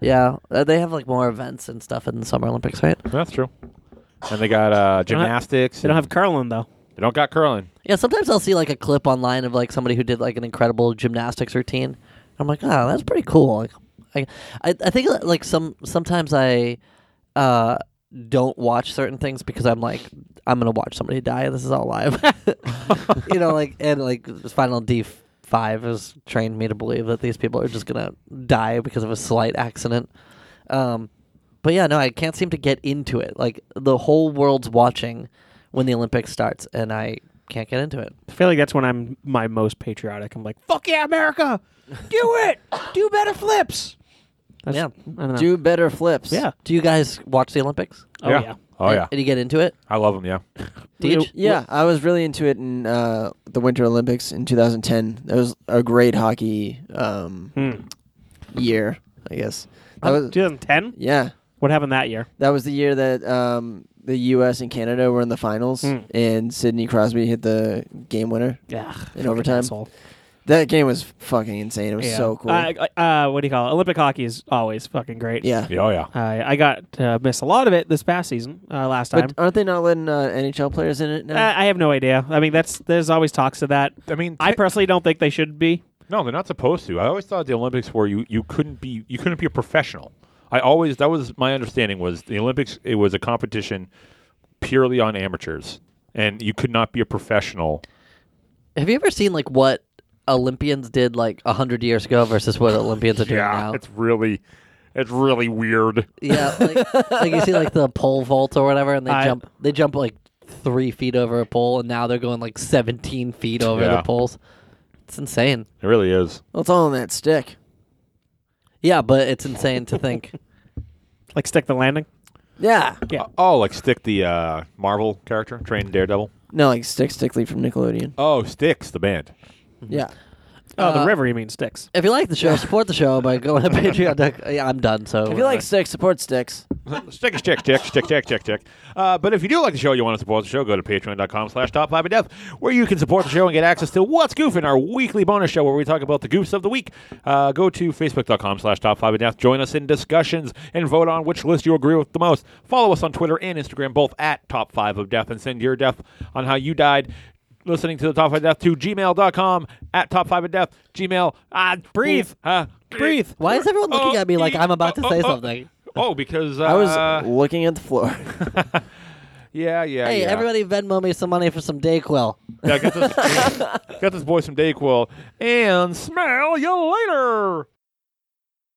yeah, uh, they have like more events and stuff in the Summer Olympics, right?
That's true. And they got uh,
don't have-
gymnastics.
They don't have curling though.
They don't got curling.
Yeah, sometimes I'll see like a clip online of like somebody who did like an incredible gymnastics routine. I'm like, oh, that's pretty cool. Like, I, I, I think uh, like some sometimes I uh, don't watch certain things because I'm like, I'm gonna watch somebody die. This is all live, (laughs) you know. Like and like this Final D five has trained me to believe that these people are just gonna die because of a slight accident. Um, but yeah, no, I can't seem to get into it. Like the whole world's watching when the Olympics starts, and I can't get into it.
I feel like that's when I'm my most patriotic. I'm like, fuck yeah, America, do it, do better flips. That's,
Yeah.
I don't know.
(laughs) Do better flips.
yeah,
Do you guys watch the Olympics?
oh yeah.
Oh yeah.
Did you get into it?
I love them. Yeah.
Did you?
Yeah, I was really into it in uh, the Winter Olympics in 2010. That was a great hockey um, year, I guess.
Uh,
That was
2010.
yeah,
What happened that year?
that was the year that um, the U.S. and Canada were in the finals, and Sidney Crosby hit the game winner.
Yeah,
In overtime? That game was fucking insane. It was so cool.
Uh, uh, what do you call it? Olympic hockey is always fucking great.
yeah.
Yeah. Oh yeah.
I I got to miss a lot of it this past season, uh, last time. Uh,
But aren't they not letting uh, NHL players in it now?
I, I have no idea. I mean, that's there's always talks of that.
I mean,
I
te-
personally don't think they should be.
No, they're not supposed to. I always thought the Olympics were you, you couldn't be you couldn't be a professional. I always that was my understanding was the Olympics it was a competition purely on amateurs and you could not be a professional.
Have you ever seen like what Olympians did like a hundred years ago versus what Olympians are doing now?
it's really it's really weird.
Yeah, like, like you see like the pole vault or whatever, and they
I-
jump they jump like three feet over a pole, and now they're going like seventeen feet over
Yeah.
the poles. It's insane.
It really is.
well, it's all on that stick.
Yeah, but it's insane to think.
Like stick the landing.
Yeah.
Yeah.
Oh, like stick the uh, Marvel character, train Daredevil.
No, like Stick Stickley from Nickelodeon.
Oh, Sticks, the band.
Yeah.
Oh, the
Uh,
river. You mean sticks?
If you like the show, support the show by going to Patreon. (laughs) Yeah, I'm done. So uh,
If you like Stick, support Sticks.
Stick is check, check, check, check, check, check. Uh, but if you do like the show, you want to support the show, go to patreon.com slash top five of death, where you can support the show and get access to What's Goofing, our weekly bonus show where we talk about the goofs of the week. Uh, go to facebook.com slash top five of death, join us in discussions, and vote on which list you agree with the most. Follow us on Twitter and Instagram, both at top five of death, and send your death on how you died. Listening to the top five of death to gmail.com at top five of death, gmail. Ah,
Breathe.
Uh,
Breathe.
why is everyone looking
Oh,
at me like
e-
I'm about to
oh, oh,
say
oh.
something?
Oh, because uh,
I was looking at the floor. (laughs)
yeah, yeah.
Hey,
Oh, yeah.
everybody, Venmo me some money for some Dayquil. (laughs)
Yeah, got this, got this boy some Dayquil and smell you later.